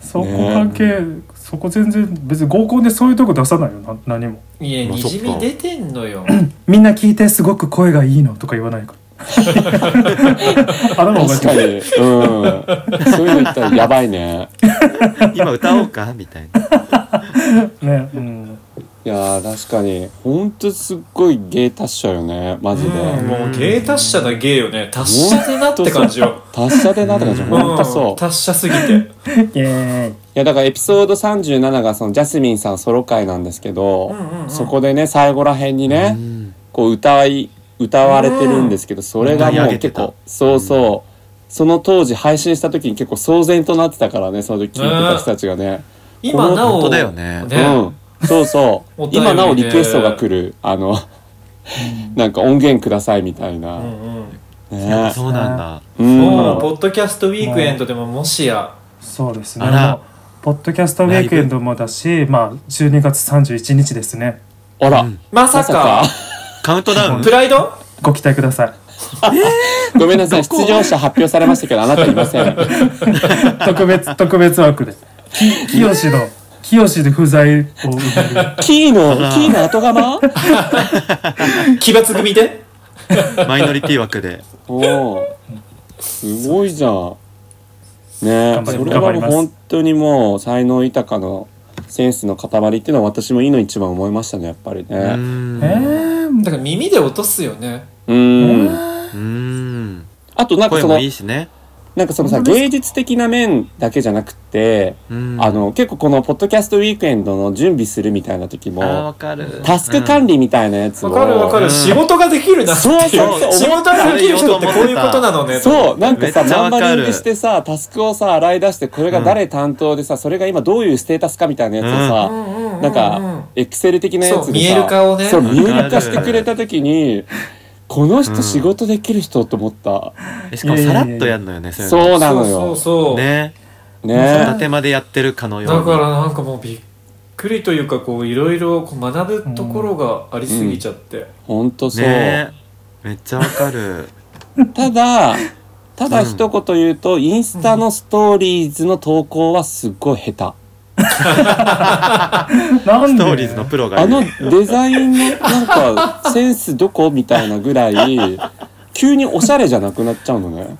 B: そこ関係、そこ全然別に合コンでそういうとこ出さないよな何も
C: いや
D: まあ
C: にじ
D: そっ
C: み
D: か
C: 出てんのよ
B: みんな聞いてすごく声がいいのとか言わ ないからあでもお前
A: 確かに。うん。そういうの言ったらやばいね。
D: 今歌おうかみたいな
B: ねうん
A: いやー確かに。ほんとすっごい芸達者よね。マジで。
C: うんもう芸達者だ芸よね達者でなって感じよ
A: 達者でなって感じ。
C: うん
A: ほんとそう。い
C: 達者すぎて
B: イエーイ
A: やだからエピソード37がそのジャスミンさんソロ会なんですけど、
C: うんうんうん
A: そこでね、最後らへんにね、
D: うん
A: こう歌い歌われてるんですけど、それがもう結
D: 歌い上げ
A: 構
D: て
A: そうそう、その当時配信した時に結構騒然となってたからねその時聞いてた人たちがね、
C: 今なお
D: 本当だよね
A: うんそうそう
C: お便りで
A: 今なおリクエストが来るあのなんか音源くださいみたいな、
C: うんうん
D: やっぱ
A: ね
D: そうなんだ
A: うん
C: もうポッドキャストウィークエンドでももしや
B: そうですね
D: あら
B: もうポッドキャストウィークエンドもだしまあ12月31日ですね
A: あら、
D: うん
C: まさ
A: ま
C: か
D: カウントダウン
C: プライド
B: ご期待くだ さい
A: ごめんなさい出場者発表されましたけどあなたいません
B: 特別特別枠でき清の清で不在を埋める
A: キーの
D: あら
A: キーの後釜
C: 奇抜組で
D: マイノリティ枠で
A: おおすごいじゃんね
B: 頑張ります
A: それはもう本当にもう才能豊かのセンスの塊っていうのは私もいいの一番思いましたねやっぱり
D: う
A: ね
B: え
D: ん
B: ー
C: だから耳で落とすよね
A: うん
D: うん
A: あとなんか
D: 声
A: そ
D: も
A: の
D: いいしね
A: なんかそのさ
B: 本当です
A: 芸術的な面だけじゃなくて、
D: うん
A: あの結構このポッドキャストウィークエンドの準備するみたいな時
D: あー
A: も
D: わかる
A: タスク管理みたいなやつを、
C: わかるわか
D: う
C: る
D: ん
C: 仕事ができるなって
A: そうそう
C: い
A: そうう
C: 仕事ができる人ってこういうことなのね
A: そうなんかさ
D: めっちゃ
A: ナン
D: わか
A: バ
D: る
A: リングしてさタスクをさ洗い出してこれが誰担当でさ、それが今どういうステータスかみたいなやつをさ、
C: うんうんうんうん
A: なんかエクセル的なやつで
C: そ
A: さ
C: う見える化をね
A: そう
C: わ
A: 見える化してくれた時にこの人仕事できる人と思った、
D: えしかもさらっとやるのよねそういう
A: そうなの
C: そう
A: よ
C: そうそ
D: の
C: う
D: ね
A: ね
D: 建までやってるかのよう
C: だ
D: に
C: からなんかもうびっくりというかこういろいろこう学ぶところがありすぎちゃって、
A: ほんとそう、
D: ねめっちゃわかる
A: ただただ一言言うと、インスタのストーリーズの投稿はすっごい下
B: なん
D: ス
B: で
D: トーリーズのプロ
A: 手
D: が
A: あ
D: いる
A: のデザインのなんかセンスどこみたいなぐらい急におしゃれじゃなくなっちゃうのね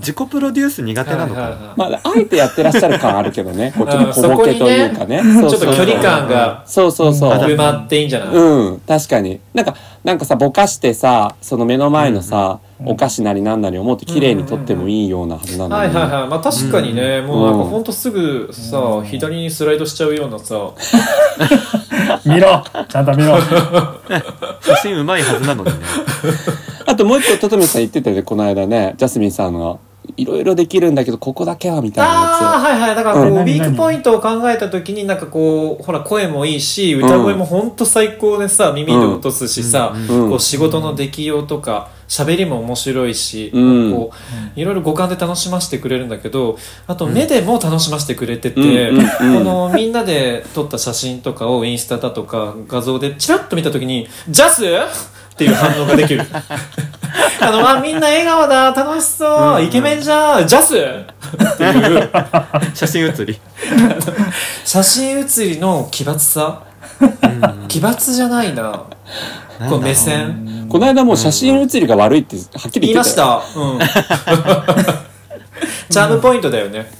D: 自己プロデュース苦手なのか
C: は
D: な、
C: いはいはい
A: まああえてやってらっしゃる感あるけどねこうちょっと小ボケというかねそう
C: ちょ
A: そ
C: っ
A: う
C: と距離感が
A: そうそうそう
C: 埋まっていいんじゃない、
A: うん確かになんかなんかさぼかしてさその目の前のさ、
B: うん
A: お菓子なりなんなりをもっと綺麗に撮ってもいいようなはずなの
C: はい
A: に、
C: はいはいまあ確かにね、もうなん
A: う
C: か
A: ん
C: ほんとすぐさ、左にスライドしちゃうようなさ
B: 見ろちゃんと見ろ
D: 写真うまいはずなのにね
A: あともう一個ととめさん言ってたよねこの間ねジャスミンさんがいろいろできるんだけどここだけはみたい
C: あ
A: な
C: あはいはいだからこう、
B: うん
C: ウィークポイントを考えた時になんかこうほら声もいいし歌声もほんと最高でさ耳で落とすしさ、
D: うん
A: うん
C: こう仕事の出来ようとか喋りも面白いし、
A: うん
C: こういろいろ五感で楽しませてくれるんだけどあと目でも楽しませてくれてて、
A: うんうんうん
C: このみんなで撮った写真とかをインスタだとか画像でチラッと見た時に「ジャス!」っていう反応 ができる。あの、あ、みんな笑顔だ、楽しそう、イケメンじゃん、ジャスっていう、
D: 写真写り
C: 写真写りの奇抜さ。奇抜じゃないな。こう目線。
A: やつこの間もう写真写りが悪いってはっきり
C: 言い
A: 言
C: ま
A: って
C: した
A: よ
C: た。うん。チャームポイントだよね。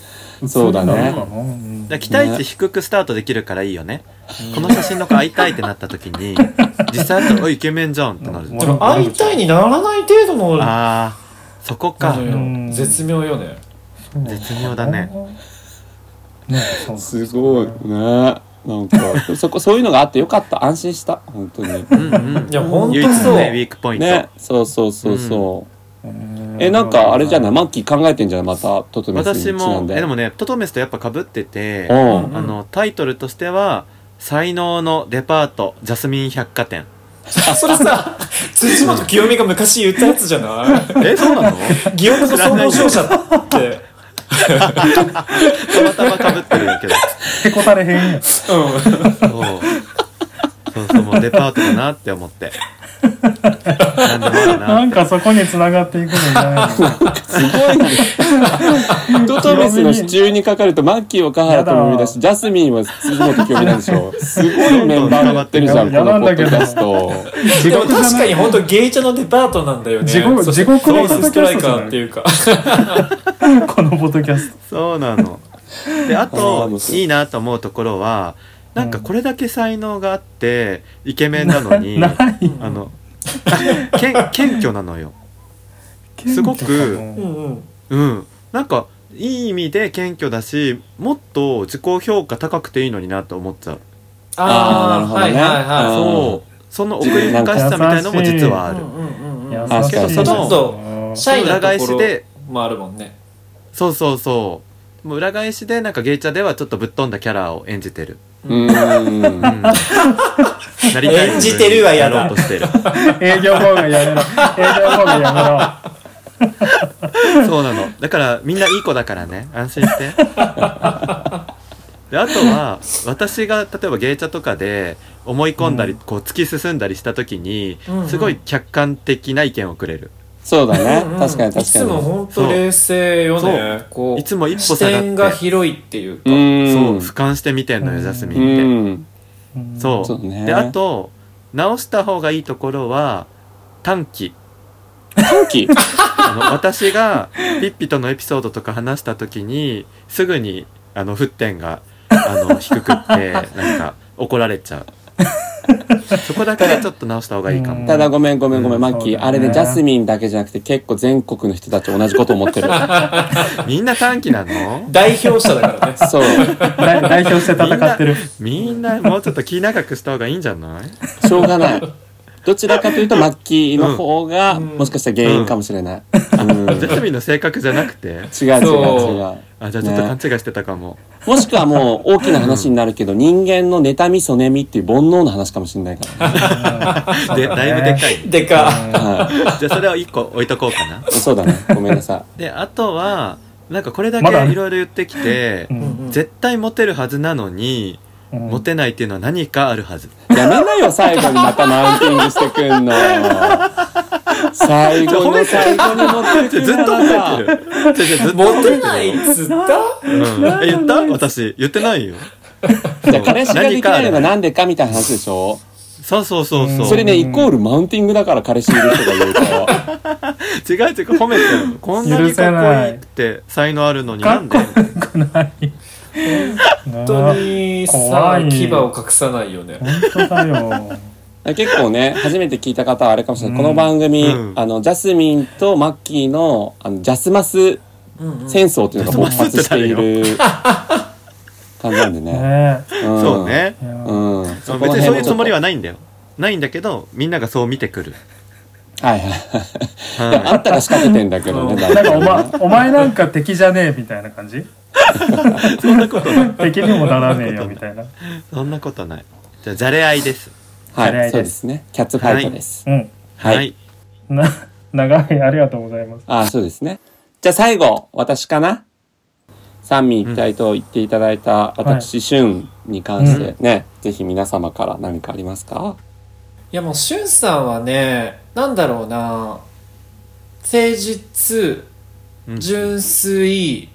A: そうだ
B: な
A: ね
B: のかなうん
D: だから期待値低くスタートできるからいいよねこの写真の子会いたいってなった時に実際会ったらおいイケメンじゃんってなる
B: うん
C: でも会いたいにならない程度のな
D: あーそこか
C: の
B: うん
C: よ。絶妙よね。
D: 絶妙だね
B: ねそう
A: すごいねなんかそこそういうのがあってよかった安心した本当に
D: うんうん
C: いや、ほんと
D: 唯一
C: そ
D: の
C: う。
D: ねウィークポイント、
A: ねそうそうそうそう、
B: うん
A: えなんかあれじゃないマッキー考えてんじゃないまたととめさんにち
D: 私
A: な
D: も
A: んで
D: えでもねトトメスとやっぱ被ってて
A: う
D: あ
A: ん、
C: うん
D: のタイトルとしては「才能のデパートジャスミン百貨店
C: それさ、辻元清美が昔言ったやつじゃない」
D: えそうなの
C: 祇園の総合商社って。
D: たまたま被ってるけど
B: へこたれへんやん
C: うん。
D: そうそうそうもうデパートだなって思ってなんでもあるな
B: なんかそこに繋がっていくのじゃないの
A: すごいね。トトメスの支柱にかかると、マッキーをカハラとも呼び出し、ジャスミンは辻本興味なんでしょう。すごいメンバーになってるじゃん、こ
B: や
A: の
B: ばい
A: ポッドキャスト。
B: 地
C: でも
B: 獄じゃ
C: 確
B: な
C: かに
B: い
C: 本当ゲイチャのデパートなんだよね
B: 地獄
C: そ
B: 地獄の
C: ソースストライカーっていうか
B: このポッドキャスト
D: そうなの。であ
A: あー
D: と
A: 面白い
D: いいなと思うところはなんかこれだけ才能があってイケ メンなのに
B: な
D: あ
B: ない
D: のけん謙虚なのよ。すごく
B: 謙虚かも
C: うんうん
D: うん、なんかいい意味で謙虚だしもっと自己評価高くていいのになと思っちゃう。
A: あーなるほどね
C: はいはいはい
A: あー
D: そうその奥ゆかしさみたいのも実はある。
C: うんうんうん
B: 優
A: あけど
B: しい
A: その
B: ちょっと
C: シャイな
D: 裏返
C: とこ
D: し
C: ろ
D: で
C: もあるもんね
D: そうそうそう。もう裏返しでなんかゲイチャではちょっとぶっ飛んだキャラを演じてる。
A: うーん。
D: うんなりたい
C: 演じてるはやだ
D: ろうとしてる。
B: 営業妨害やめろ営業妨害や
D: そうなの。だからみんないい子だからね。安心して。であとは私が例えばゲイチャとかで思い込んだり、こう突き進んだりした時に、
C: うんうん
D: すごい客観的な意見をくれる。
A: そうだね
C: うんう。ん
A: 確かに確
C: い
A: か
C: つ
A: に。
C: も本当冷静よねこう
D: いつも一
C: 視
D: 歩下がって
C: 点が広いっていうか
A: うー
D: そ
A: ん
D: う俯瞰して見てんのよ、
B: うん
D: ジャスミ
A: う
D: ンっ
A: ーん。
B: めろ
D: て。そう。
A: そうね
D: であと直した方がいいところは短期。
A: 短期
D: あの私がピッピとのエピソードとか話した時にすぐにあの沸点があの低くってなんか怒られちゃうそこだけはちょっと直した方がいいか
B: うん
D: も
A: ただごめんごめんごめん、マッキ
B: そ
A: ー。
B: うだね
A: あれでジャスミンだけじゃなくて結構全国の人たち同じこと思ってる。
D: みんな短期なの
C: 代表者だ からね
A: そう。
B: 代代表して戦ってる
D: みんなもうちょっと気長くした方がいいんじゃない
A: しょうがない。どちらかというとマッキーの方が、
C: うん
A: もしかしたら原因かもしれない。うん
D: ジャスミンの性格じゃなくて
A: 違う違う違
C: そう
A: う。
D: あじゃあちょっと勘違いしてたかも、
A: もしくはもう大きな話になるけど、人間の妬み、そねみっていう煩悩の話かもしれないから、
D: でだいぶでかい
C: でか
A: は。
D: じゃあそれを一個置いとこうかない
A: そうだね。ごめんなさ
D: であとはなんかこれだけ
B: ま
D: い
B: だあ
D: ろ
B: る
D: いろ言ってきて、
B: うん
C: うん
D: 絶対モテるはずなのに
B: うん
D: モテないっていうのは何かあるはず。
A: い。やめなよ、最後にまたマウンティングしてくんの。最後の最後に持って
D: ず
A: く
D: っ
A: る
D: と褒めてる。違う違うずっと
C: モテないっつった
D: うんえ 言った私、言ってないよ。
A: じゃあ彼氏ができないのが
D: 何かある
A: なんでかみたいな話でしょ
D: そうそうそうそう。
A: それね、
B: うん
A: イコールマウンティングだから彼氏いる人が言うと。
D: 違う違う、褒めてるの。こんなにかっこいいって才能あるのになんで
B: かっこない本
C: 本当にさ
B: 怖い
C: 牙を隠さないよね
B: 本当だよ
A: 結構ね、初めて聞いた方はあれかもしれない。この番組、
D: うん
A: あの、ジャスミンとマッキーの、あの、ジャスマス戦争っていうのが勃発している感じなんでね。
B: ね
A: ん
D: そう。ね。
B: いや
A: うん。
D: 別
A: こら辺も
D: にそういうつもりは
A: ち
D: ないんだよ。ないんだけど、みんながそう見てく
A: ょ
D: る。
A: っとはいはい。いやあ
D: は
A: んたが仕掛けてんだけどね、
C: うん
A: だい
B: な
A: ぶ
B: んかお前、お前なんか敵じゃねえみたいな感じ
D: い。そんなことない。
B: 敵にもならねえよみたいな。
D: そんなことない。じゃあ、じゃれ合いです。
B: お願
A: はい
B: です
A: い、そうですね。キャッツファイトです。
B: うん。
A: はい。
B: な、 長い、ありがとうございます。
A: ああ、そうですね。じゃあ最後、私かな三位一体と言っていただいた私、俊に関してね、ぜひ皆様から何かありますか
C: いやもうしゅんさんはねなんだろうな誠実
D: うん
C: 純粋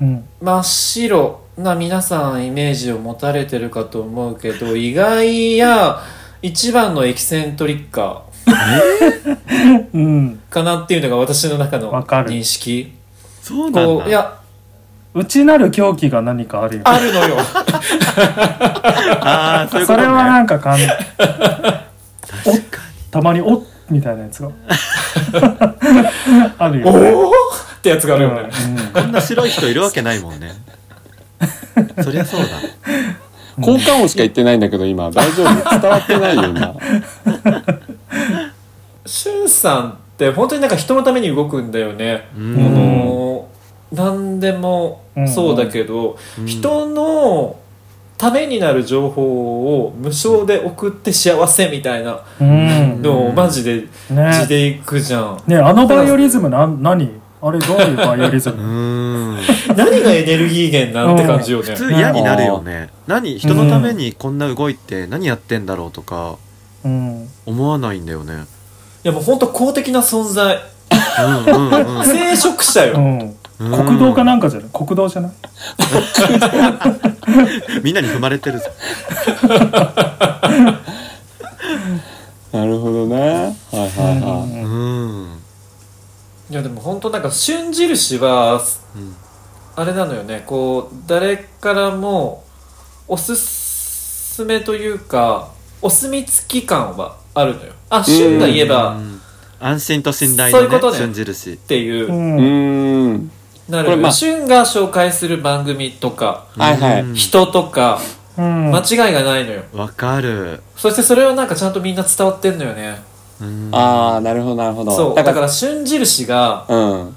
B: うん。
C: 真っ白な皆さんイメージを持たれてるかと思うけど意外や一番のエキセントリッカ
B: うん。
C: ーかなっていうのが私の中の
B: わかる
C: 認識
D: そうなん
C: こうい
D: だ。
C: や
B: 内なる狂気が何かあるよ。
C: あるの よ
D: ああ、そういうこ
B: そ
D: と
B: れ
D: ね。
B: はなんか感じ。おたまに、おっみたいなやつが。 あるよ、ね。
C: おおってやつがあるよね、
D: こんな白い人いるわけないもんね。そりゃそうだ。
A: 交換音しか言ってないんだけど、今。大丈夫伝わってないよ、今。
C: しゅんさんって本当になんか人のために動くんだよね、
D: うん
C: この何でもそうだけど、
D: うん
C: 人のためになる情報を無償で送って幸せみたいな
B: うん。うん。
C: のをマジで字
B: ね
C: でいくじゃん、
B: ねあのバイオリズムなん、何あれどういうバイオリズ
D: う
B: ム
D: ー ん。
C: 何がエネルギー源なんて感じよね
D: 普通嫌になるよね何人のためにこんな動いて何やってんだろうとか
B: うん。
D: 思わないんだよね
C: やもう本当公的な存在
D: うんうんうん
C: 聖職者
B: う
C: よ
B: ん、国道かなんかじゃない国道じゃない
D: みんなに踏まれてるぞ
A: なるほどね。はいはいは。
D: うんうん
C: いやでも本当なんか瞬印はあれなのよねこう誰からもおすすめというかお墨付き感はあるのよあ旬が言えばっ
D: 安心と信頼
C: そうい
D: の
C: うこと
D: ね
C: ね
D: 瞬印
C: ていううん
B: ん
A: うーん。
C: なる
A: これ
C: の
A: まあ
C: よ旬が紹介する番組とか
A: はいは
D: う
A: い。
D: ん
C: 人とか
B: うん
C: 間違いがないのよ
D: わかる
C: そしてそれをなんかちゃんとみんな伝わってんのよね
D: うん
A: ああ、なるほどなるほど。
C: そうだから瞬印が
A: ら、うん。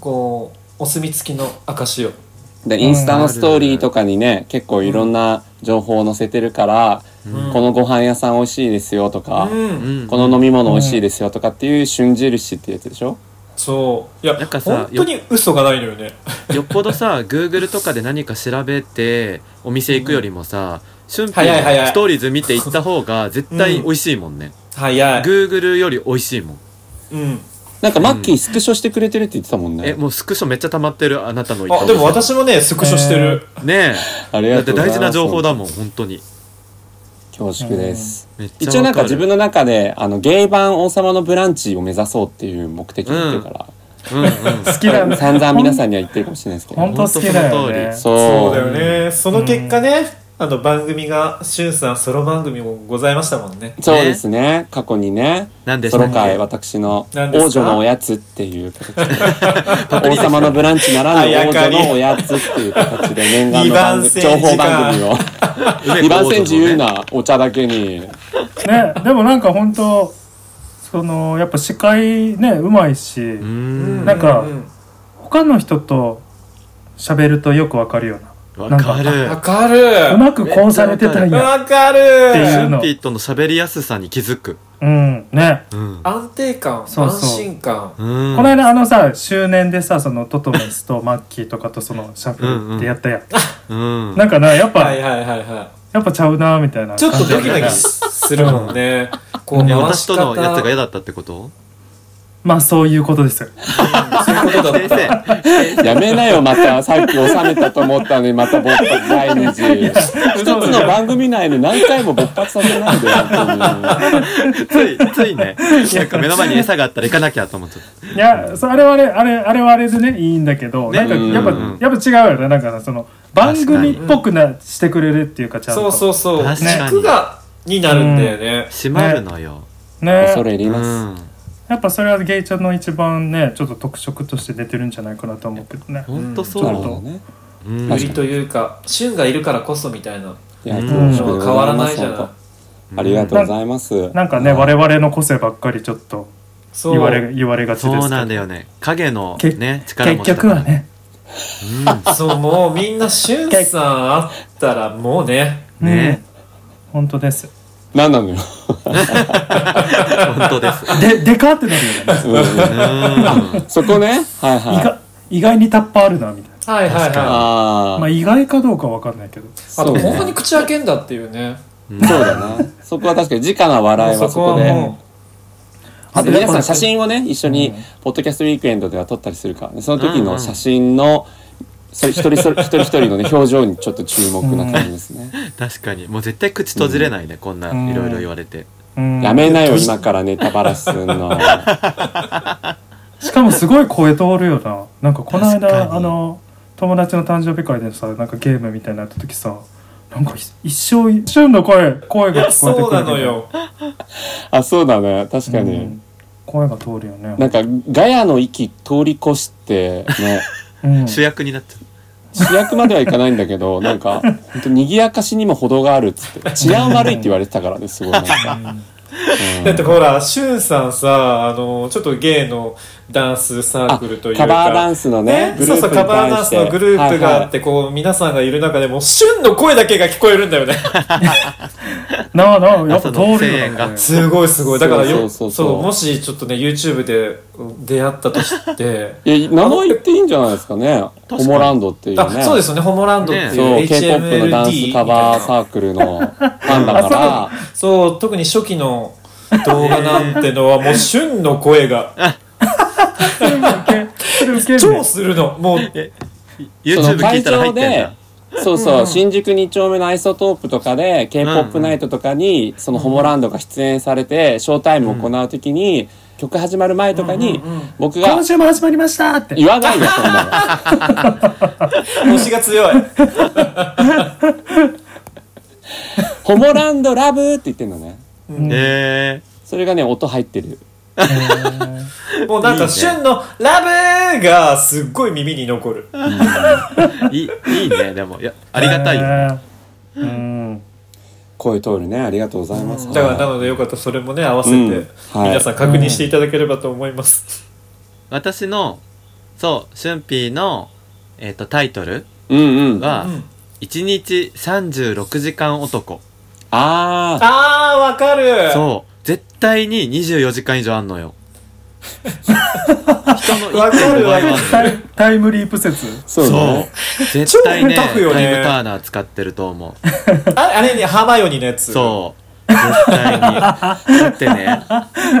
C: こうお墨付きの証よ
A: で、インスタのストーリーとかにね、結構いろんな情報を載せてるから、
C: うん
A: このご飯屋さん美味しいですよとか、
C: うん
D: うん
A: この飲み物美味しいですよとかっていう瞬印ってやつでしょ
C: そういや
D: なんかさ
C: 本当に嘘がないのよね
D: よっぽどさ Google とかで何か調べてお店行くよりもさ瞬平
C: 早い早
D: の
C: い
D: ストーリーズ見て行った方が絶対美味しいもんね、
C: 早い
D: Google より美味しいもん
C: うん
A: なんかマッキースクショしてくれてるって言ってたもん
D: え
A: ね。
D: もうスクショめっちゃ溜まってるあなたの行った
C: あ
D: お
C: で
D: 店
C: も私もねスクショしてる、
D: ね
A: あ
D: え
A: り
D: だ
A: が
D: っ
A: と
D: て
A: うござい
D: 大
A: ます。
D: 事な情報だもん本当に
A: 恐縮です。
D: めっちゃ
A: 一応なんか
D: わる
A: 自分の中で、あの、ゲイ版王様のブランチを目指そうっていう目的で言ってるから、
D: うんうん
B: 好きだよね
A: 散々皆さんには言ってるかもしれないですけど。
B: 本当好きだよね
A: そう。
C: そうだよね、その結果ね、あの番組がしゅんさんソロ番組もございましたもんね
A: そうですね。過去にね、
D: なんでし
A: ソ
D: た
A: ロ
D: っ
A: 会、
D: け
A: 私の
C: 何ですか
A: 王女のおやつっていう 形で、王様のブランチなら
C: あ
A: ぬ
C: や
A: 王
C: か
A: 女
C: り
A: のおやつっていう形で、念願の番組
C: 二番煎
A: 情報
C: じか
A: 番組を。 二番煎自由なお茶だけに。
B: ねでもなんか本当そのやっぱ司会ねうまいし、
D: う
C: うん
D: ん
B: なんか
C: う
B: 他の人と喋るとよくわかるよ
D: わ
B: な
D: かる
C: わかる
B: うまくこうされてたんや
C: わか
B: っていう
C: る
B: の
D: ピートの喋りやすさに気づく
B: うんね
D: うん
C: 安定感
B: そうそう
C: 安心感
D: うん
B: この間あのさ周年でさそのトトメスとマッキーとかとそのシャッフルってやったやん、
D: うん
B: なんかなやっぱ、
C: はいはいはいは
B: やっぱちゃうなみたいない
C: ちょっと
B: 感じ
C: ドキドキするもん ねこう
D: え
C: 回
D: 私
C: し方
D: とのやつが嫌だったってこと
B: まあそういうことですよ
C: そういうことだっ
D: 先
C: た
D: 生
A: やめなよ、また。さっき収めたと思ったのに、また勃発第二次。一つの番組内で何回も勃発させないで、本当に。
D: ついついねなんか目の前に餌があったら行かなきゃと思っちゃった
B: いやそうあれはあれあれあれはあれでねいいんだけど、
D: ね
B: なんかやっぱ、
D: うん
B: やっぱ違うよねなんかその番組っぽくなしてくれるっていうかちゃん
C: そ
B: と
C: うそうそう
D: 確かに
C: 軸がになるんだよね
D: 閉まるのよ、
B: ね
A: 恐れ入
D: う
A: り
D: ん
A: ます。
B: やっぱそれはゲイちゃんの一番ねちょっと特色として出てるんじゃないかなと思うけどね
D: ほんとそ
A: なる
D: う
A: ほどね。
D: う
A: 確
C: 売
D: ん
A: かに
C: りというか旬がいるからこそみたいな
A: いうや、
D: ん
A: 恐縮
C: の
A: で
C: は
A: ござ
C: 変わ
A: い
C: ら
A: ま
C: ない
A: す。
C: じゃ
A: 本
C: な
A: 当ありがとうございます。
B: なんかね我々の個性ばっかりちょっと
C: いそう
B: 言われ言われがちですけど
D: そうなんだよね影の
B: け
D: ね力
B: 結
D: 持ちだ
B: 局
D: から
B: はね
C: そうもうみんなしゅんさんあったらもうね
D: ね
B: うん本当です
A: 何なのよ。
D: 本当です
B: ででかってなる よね
A: うん
D: う
A: そこね。はい
B: 意
A: はい。
B: 外意外にタッパあるなみたいな
C: はいはいはい
A: ああ
B: まあ、意外かどうかわかんないけど
C: あ
A: そ
C: と
A: う
C: 本当
A: ね。
C: に口開けんだっていうね
D: ん
A: そうだな。そこは確かに、直な笑いはそこ
C: は
A: で。
C: も
A: あと
B: で
A: 皆さん写真をね、一緒に、ポッドキャストウィークエンドでは撮ったりするからね。その時の写真の、それ一人それ一人一人のね、表情にちょっと注目な感じですね。
D: 確かにもう絶対口閉じれないね、こんな
B: うん
D: いろいろ言われて、
B: うん
A: やめなよ、今からネタバラすんの。
B: しかもすごい声通るよななんかこの
D: 確かに
B: 間あの友達の誕生日会でさなんかゲームみたいになった時さなんか一生一瞬の声声が聞こえ
C: う
B: てくる
C: そうな
B: みたい
C: のよ
A: あ、そうだね。確か
B: う
A: に
B: ん。声が通るよね
A: なんか、ガヤの域通り越して、ね。
B: うん
D: 主役になっちゃ
A: 主役まではいかないんだけ どなんか本当賑やかしにも程があるっつって治安悪いって言われてたからねすご いなんか、うん
C: だってほらしゅんさんさあのちょっとゲイのダンスサークルというか
A: カバーダンスのねグル
C: そう
A: ープ
C: そう
A: に
C: カバーダ
A: 対
C: ン
A: し
C: ス
A: て
C: のグループがあっ
A: はい
C: てこう皆さんがいる中でもしゅんの声だけが聞こえるんだよね
B: なあなあやっぱ
D: そ
B: 通
D: の
B: るよ
D: 声
B: ね
D: 援が
C: すごいすごいだから
A: そ
C: よそう
A: そうそう
C: う
A: そう
C: もしちょっとね YouTube で出会ったとして
A: はいいや名前言っていいんじゃないですかねホ
D: かに
A: モランドっていうね
C: あそうですよねホモランドって
A: そう
C: いう
A: K-POP
C: HMLD
A: の
C: み
A: ダン
C: た
A: ス
C: い
A: カ
C: な
A: バーサークルのファンだから
C: そう特に初期の動画なんてのはもう旬の声 が
B: それもウケそれウケるね
C: 超するのもう
A: そ
D: YouTube
A: の
D: 聞
A: 会
D: いたら入っ
A: 場
D: てん
A: で
D: だ、
A: そうそう、新宿2丁目のアイソトープとかで、K-POP ナイトとかに、そのホモランドが出演されて、ショータイムを行うときに、曲始まる前とかに、僕が
B: 今、週も始まりましたって
A: 言わないよ、そん なの。
C: 推しが強い
A: ホモランドラブって言ってんのね。
D: え
A: それがね、音入ってる。
C: もうなんか旬の「ラブ!」がすっごい耳に残る
D: ー、いいいいねでもいやありがたいよ、
B: えーうん
A: 声通るね。ありがとうございます。
C: だからなのでよかったらそれもね合わせ
A: うん
C: て
A: はい
C: 皆さん確認していただければと思います、
D: 私のそうシュンピーの、えっとタイトル
A: うんうん。あ
D: が「1日36時間男
A: あ
C: あーわか」る
D: そう絶対に24時間以上あんのよ人の
C: わかる
D: 1.5倍はあんのよ
B: タイタイムリープ説
A: ー、そう
D: そう
A: ね。
D: 絶対ね
C: 超タフよね
D: タイムターナー使ってると思う
C: あれあれにハーマヨニーのやつ
D: そう絶対にだってね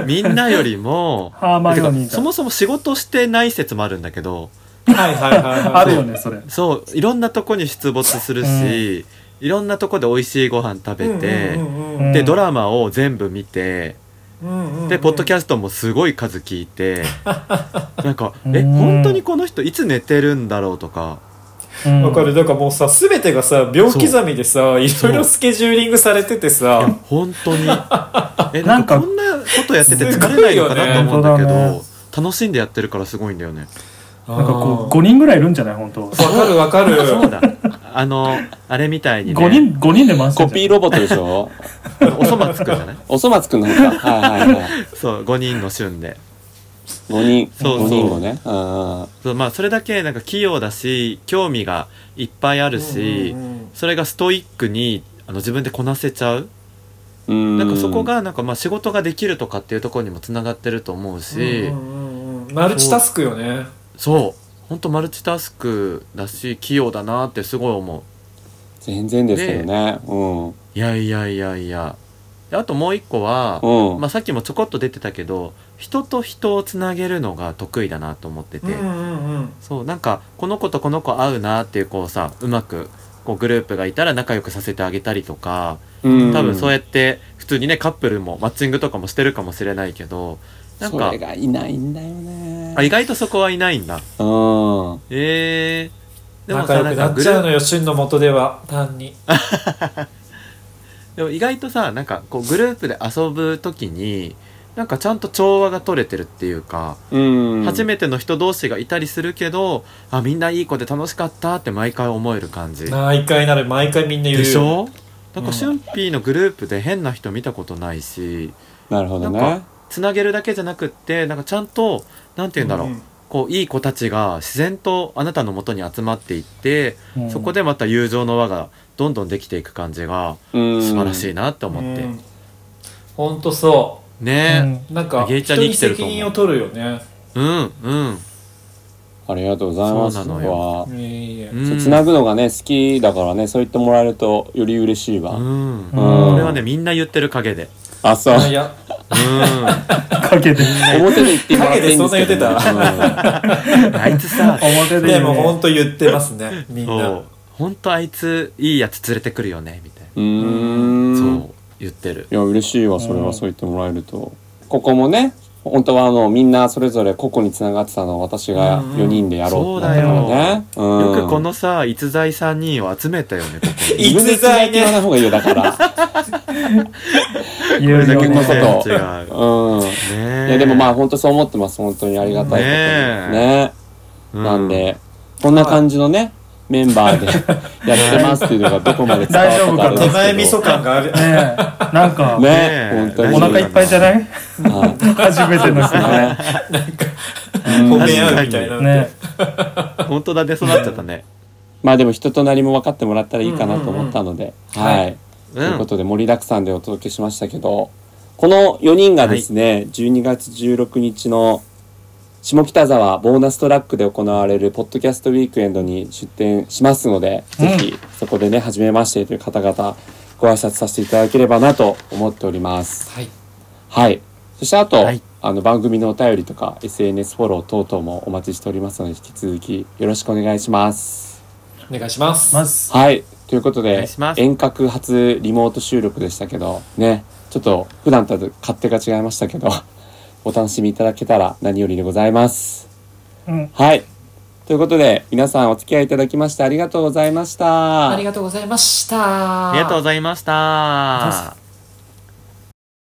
D: みんなよりも
B: ハーマイオニーだ
D: てかそもそも仕事してない説もあるんだけど
C: はいはいはいはい
B: あるよねそれ
D: そういろんなとこに出没するし、いろんなとこで美味しいご飯食べて、
C: うんうんうん
B: うん
D: でドラマを全部見て、
C: うんうんうん
D: でポッドキャストもすごい数聞 いてなんか「え
B: うん
D: 本当にこの人いつ寝てるんだろう?」とか
B: うん
C: わかるだからもうさ全てがさ秒刻みでさいろいろスケジューリングされてて
D: いや
C: さ
D: 本当にえな
B: なんん
D: か
B: か
D: こんなことやってて疲れないのかなと思うんだけ
B: すごいよね
D: ど、楽しんでやってるからすごいんだよね。
B: なんかこう5人ぐらいいるんじゃない本当
C: うわかるわかる
D: そうだ。あの、あれみたいにね。
B: 五人五人で回して
A: コ
B: んじゃ
A: ピ
B: ん
A: ーロボットでし ょ
D: おそ松くんじゃない
A: おそ松くんの方か。はいはいはい。
D: そう、5人の旬で。
A: 5人、
D: そうそう
A: 5人をね。あ
D: そう、まあ、それだけなんか器用だし、興味がいっぱいあるし、
C: うんうんうん
D: それがストイックに、あの自分でこなせちゃう
A: ー
D: なんかそこ、がなんかまあ仕事ができるとかっていうところにもつながってると思うし、
C: うんうんうんマルチタスクよね
D: そうほんとマルチタスクだし器用だなってすごい思う
A: 全然ですけどね。うん。
D: いやいやいやいやであともう一個は、
A: うん。
D: まあ、さっきもちょこっと出てたけど人と人をつなげるのが得意だなと思ってて、
C: うんうんうん
D: そうなんかこの子とこの子合うなっていうこうさうまくこうグループがいたら仲良くさせてあげたりとか
A: うん
D: 多分そうやって普通にねカップルもマッチングとかもしてるかもしれないけどなん
A: そ
D: か
A: れがいないんだよね。
D: あ意外とそこはいないんだ
A: うん。
D: えー、でも
C: 仲
D: さ
C: 良
D: なん
C: く
D: か
C: な
D: グ
C: っ
D: ル
C: ちゃうの
D: ー
C: よ旬の元では単に
D: プでも意外とさなんかこうグループで遊ぶ時になんかちゃんと調和が取れてるっていうか
A: うん。
D: 初めての人同士がいたりするけどあみんないい子で楽しかったって毎回思える感じ
C: 毎回なる毎回みんな言う
D: でしょなん
C: う
D: か
C: ん
D: シュンピーのグループで変な人見たことないし
A: なるほど
D: なん
A: ね
D: か。つなげるだけじゃなくってなんかちゃんとなんて言うんだろう、
C: うん
D: こういい子たちが自然とあなたのもとに集まっていって、
B: うん
D: そこでまた友情の輪がどんどんできていく感じが
A: うん。
D: 素晴らし
A: い。
D: いなって思って、
C: うんほんとそ
D: ね
C: うなんか
D: ゲイちゃ
C: 人
D: んに
C: に
D: 生きてると
C: 責
D: 思う
C: 任を取るよね
D: うんうん
A: ありがとうございます。
D: そうなのよ
A: そこはい
C: えいえ
D: う
A: そうんつなぐのがね好きだからねそう言ってもらえるとより嬉しいわ、
D: うん
B: うん
D: こ
A: こ
D: れはねみんな言ってる陰で
A: あそう
C: あいや
D: う
B: かけて
A: 表で言ってもらっていいんですけど、ね、
C: 陰でそん
D: んあいつさ
B: 表で
C: で
B: 言う
C: もほ
B: ね
C: んと言ってますねみん
D: そう
C: な
D: 本当あいついいやつ連れてくるよねみたいな、
A: うーん
D: そう言ってる
A: いや嬉しいわそれ
B: う
A: は
B: ん
A: そう言ってもらえると、ここもね本当はあのみんなそれぞれ個々につながってたのを私が
C: うん
A: 4人でやろうってなったからね、うん
D: よくこのさ逸材3人を集めたよねここに
A: 自分でつないで言わない方がいいよだから
B: 言う
A: だ
B: よ
A: け
B: ね
A: こ そと
D: 違う
A: うん
D: ねえ
A: いやでもまあ本当そう思ってます本当にありがたいことにね
D: うん
A: なんで、こんな感じのね、メンバーでやってますっていうのがどこまで伝わったかあれで
B: 大
A: す
B: 丈
A: け
C: 手
A: ど
C: 前味噌感がある
B: ねえなんか
A: ね
D: ね
A: 本当に
B: お腹いっぱいじゃない
A: は
B: 初めての人ね
A: い
C: 褒め合うみたいな
B: ね
D: 本当だねそうなっちゃった ね
A: まあでも人となりも分かってもらったらいいかなと思ったので、はい、と
D: う
A: いうんことで盛りだくさんでお届けしましたけどこの4人がですね、12月16日の下北沢ボーナストラックで行われるポッドキャストウィークエンドに出展しますので、ぜひそこでね初めましてという方々ご挨拶させていただければなと思っております。
C: はい
A: はい。そしてあと、
D: はい
A: あの番組のお便りとか SNS フォロー等々もお待ちしておりますので引き続きよろしくお願いします。
C: お願いします
B: まず、
A: はい。ということ
D: お願
A: で
D: いします
A: 遠隔初リモート収録でしたけどねちょっと普段とは勝手が違いましたけど お楽しみいただけたら何よりでございます。
B: うん、
A: はい。ということで皆さんお付き合いいただきましてありがとうございました。
C: ありがとうございました
D: ありがとうございました。